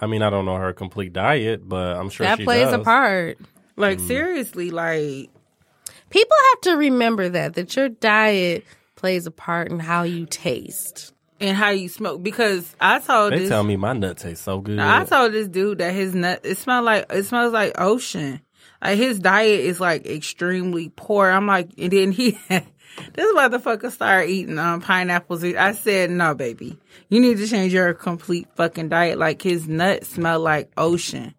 B: I mean, I don't know her complete diet, but I'm sure
D: That
B: she
D: plays a
B: does.
D: part.
E: like
B: Mm.
E: seriously, like
D: People have to remember that that your diet plays a part in how you taste.
E: and how you smoke because I told
B: They
E: this.
B: tell me my nut tastes so good.
E: I told this dude that his nut it smells like it smells like ocean. Like his diet is like extremely poor. I'm like, and then he this motherfucker started eating um pineapples. I said, no, baby, you need to change your complete fucking diet. Like his nuts smell like ocean.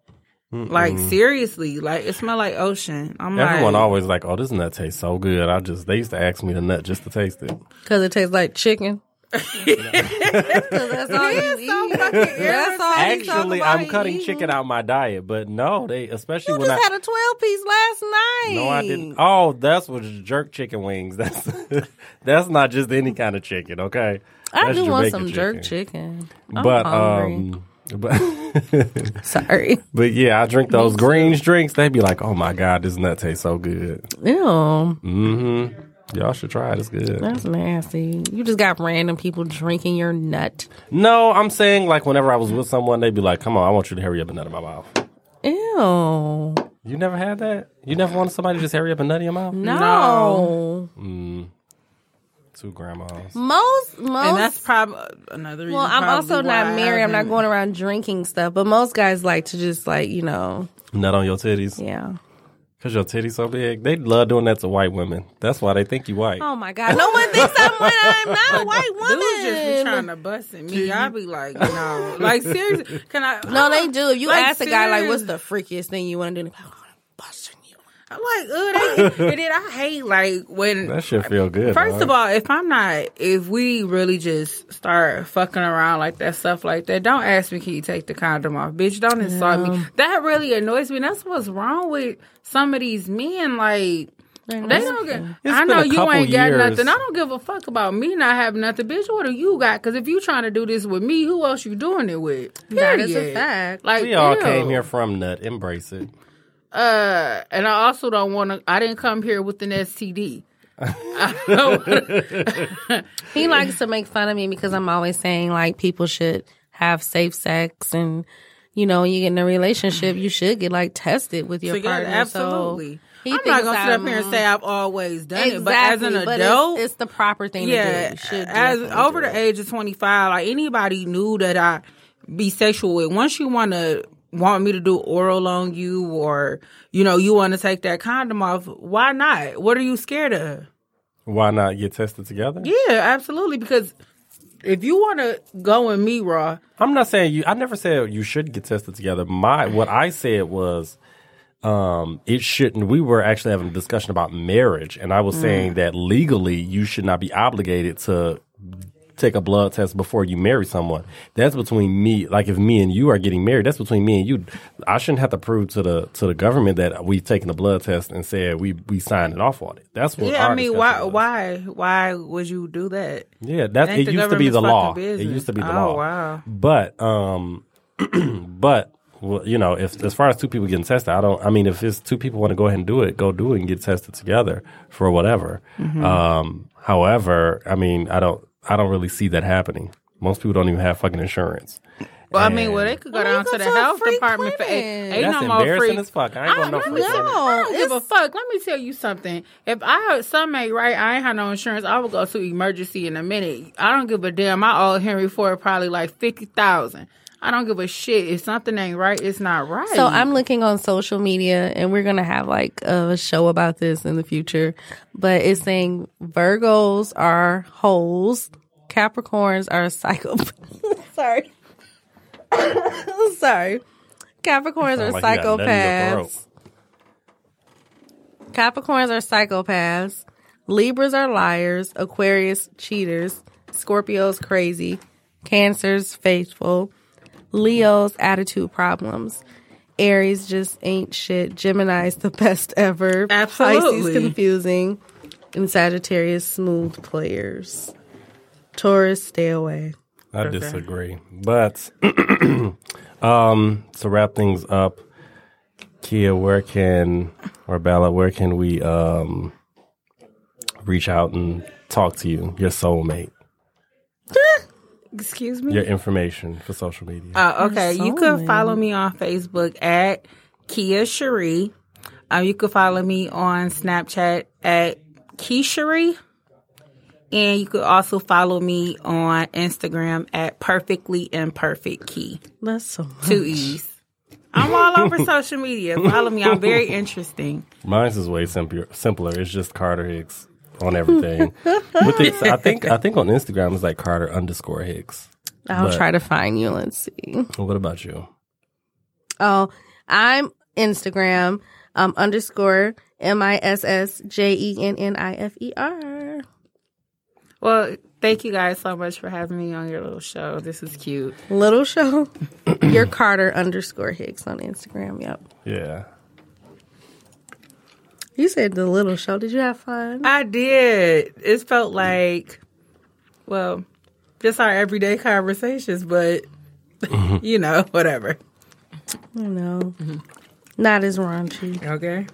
E: Like seriously, like it smell like ocean. I'm
B: Everyone
E: like,
B: always like, oh, this nut tastes so good. I just they used to ask me the nut just to taste it.
D: Because it tastes like chicken. 'Cause that's all you eat.
E: so fucking
D: That's all you talk
B: Actually,
D: about
B: I'm cutting
D: eating.
B: chicken out my diet, but no, they especially
D: You
B: when
D: just
B: I
D: had a 12 piece last night.
B: no, I didn't. Oh, that's what jerk chicken wings. That's that's not just any kind of chicken. Okay,
D: I
B: That's
D: do want
B: Jamaican
D: some jerk chicken. I'm
B: but
D: hungry.
B: um, but.
D: sorry.
B: But yeah, I drink those greens drinks. They'd be like, "Oh my god, this nut tastes so good."
D: Ew,
B: Mm-hmm. Y'all should try it. It's good.
D: that's nasty. You just got random people drinking your nut.
B: No, I'm saying like whenever I was with someone, they'd be like, "Come on, I want you to hurry up and nut in my mouth."
D: Ew. No.
B: You never had that. You never wanted somebody to just hurry up and nut in your mouth.
E: Mm-hmm.
B: Two grandmas.
D: Most, most.
E: And that's probably another reason.
D: well, I'm
E: probably
D: also
E: why I
D: not married. I'm not
E: haven't-
D: going around drinking stuff, but most guys like to just like, you know,
B: Nut on your titties
D: yeah.
B: because your titties so big. They love doing that to white women. That's why they think you white.
D: Oh my God. No one thinks I'm white. I'm not a white
E: Dudes just be trying
D: woman.
E: to bust at me. I be like, no, like seriously, can I?
D: No, they do. If you
E: Like,
D: ask a guy, like, what's
E: serious-
D: the freakiest thing you want to do? They're Like, "Oh, I'm busting you.
E: I'm like, ugh, they, and then I hate like when.
B: That should feel good.
E: First
B: dog.
E: of all, if I'm not, if we really just start fucking around like that, stuff like that, don't ask me, can you take the condom off? Bitch, don't insult me. That really annoys me. That's what's wrong with some of these men. Like, they don't get.
B: It's
E: I
B: been
E: know
B: a
E: you
B: couple
E: ain't got
B: years.
E: nothing. I don't give a fuck about me not having nothing, bitch. What do you got? Because if you trying to do this with me, who else you doing it with?
D: That is a
E: Period.
D: fact.
E: Like
B: we all
E: ew.
B: came here from nut. Embrace it.
E: Uh, and I also don't want to. I didn't come here with an STD. I don't wanna-
D: He likes to make fun of me because I'm always saying like people should have safe sex and you know, when you get in a relationship, you should get like tested with your
E: So, yeah,
D: partner.
E: absolutely.
D: So he
E: I'm not
D: thinks
E: gonna sit up
D: I'm-
E: here and say I've always done
D: exactly,
E: it, but as an
D: but
E: adult,
D: it's, it's the proper thing
E: yeah,
D: to do. You should
E: as
D: definitely
E: over
D: do
E: the
D: it.
E: age of 25, like anybody knew that I be sexual with. Once you want to want me to do oral on you, or you know, you want to take that condom off, why not? What are you scared of?
B: Why not get tested together?
E: Yeah, absolutely. Because if you want to go and me raw,
B: I'm not saying you. I never said you should get tested together. My what I said was, um, it shouldn't. We were actually having a discussion about marriage, and I
E: Mm.
B: was saying that legally you should not be obligated to take a blood test before you marry someone. That's between me. Like if me and you are getting married, that's between me and you. I shouldn't have to prove to the to the government that we've taken a blood test and said we we signed it off on it. That's what.
E: yeah,
B: our
E: I mean,
B: discussion
E: why,
B: was.
E: why, why would you do that?
B: Yeah, that's
E: Ain't
B: it.
E: the
B: Used to be the
E: government's
B: law.
E: fucking
B: It
E: business.
B: used to be the
E: Oh,
B: law.
E: wow.
B: But um, but well, you know, if as far as two people getting tested, I don't. I mean, if it's two people want to go ahead and do it, go do it and get tested together for whatever.
E: Mm-hmm.
B: Um, however, I mean, I don't. I don't really see that happening. Most people don't even have fucking insurance.
E: Well, I
B: And-
E: mean, well, they could go
D: Why you
E: down
D: go
E: to the
D: to a
E: health
D: freak
E: department for
D: clinic?
E: ain't, ain't
B: That's
E: no more
B: embarrassing
E: free.
B: as fuck. I ain't
E: I
B: gonna no
E: don't
B: free.
D: know.
E: I don't give a
D: It's-
E: fuck. Let me tell you something. If I some ain't right, I ain't had no insurance. I would go to emergency in a minute. I don't give a damn. My old Henry Ford probably like fifty thousand. I don't give a shit. If something ain't right, it's not right.
D: So I'm looking on social media, and we're gonna have like a show about this in the future. But it's saying Virgos are holes, Capricorns are psychopaths. sorry, sorry. Capricorns are
B: Sound like you got nothing in your
D: psychopaths.
B: throat.
D: Capricorns are psychopaths. Libras are liars. Aquarius, cheaters. Scorpios, crazy. Cancers, faithful. Leos, attitude problems. Aries just ain't shit. Gemini's the best ever.
E: Absolutely.
D: Pisces confusing. And Sagittarius smooth players. Taurus stay away.
B: I disagree. But um, to wrap things up, Kia, where can or Bella, where can we um, reach out and talk to you, your soulmate,
E: Excuse me.
B: your information for social media?
E: Uh, okay, you could follow me on Facebook at Kia Cherie. Um, you could follow me on Snapchat at Keisherie. And you could also follow me on Instagram at Perfectly Imperfect Key.
D: That's so much.
E: Two E's. I'm all over social media. Follow me. I'm very interesting.
B: Mine's is way simpler. Simpler. It's just Carter Hicks on everything. With the, I think I think on Instagram it's like Carter underscore Hicks.
D: I'll
B: But-
D: try to find you. Let's see.
B: What about you?
D: Oh, I'm Instagram um, underscore M I S S J E N N I F E R.
E: Well, thank you guys so much for having me on your little show. This is cute.
D: Little show. Your Carter underscore Hicks on Instagram. Yep.
B: Yeah.
D: You said the little show. Did you have fun?
E: I did. It felt like, well, just our everyday conversations, but you know, whatever.
D: No. Not as raunchy.
E: Okay.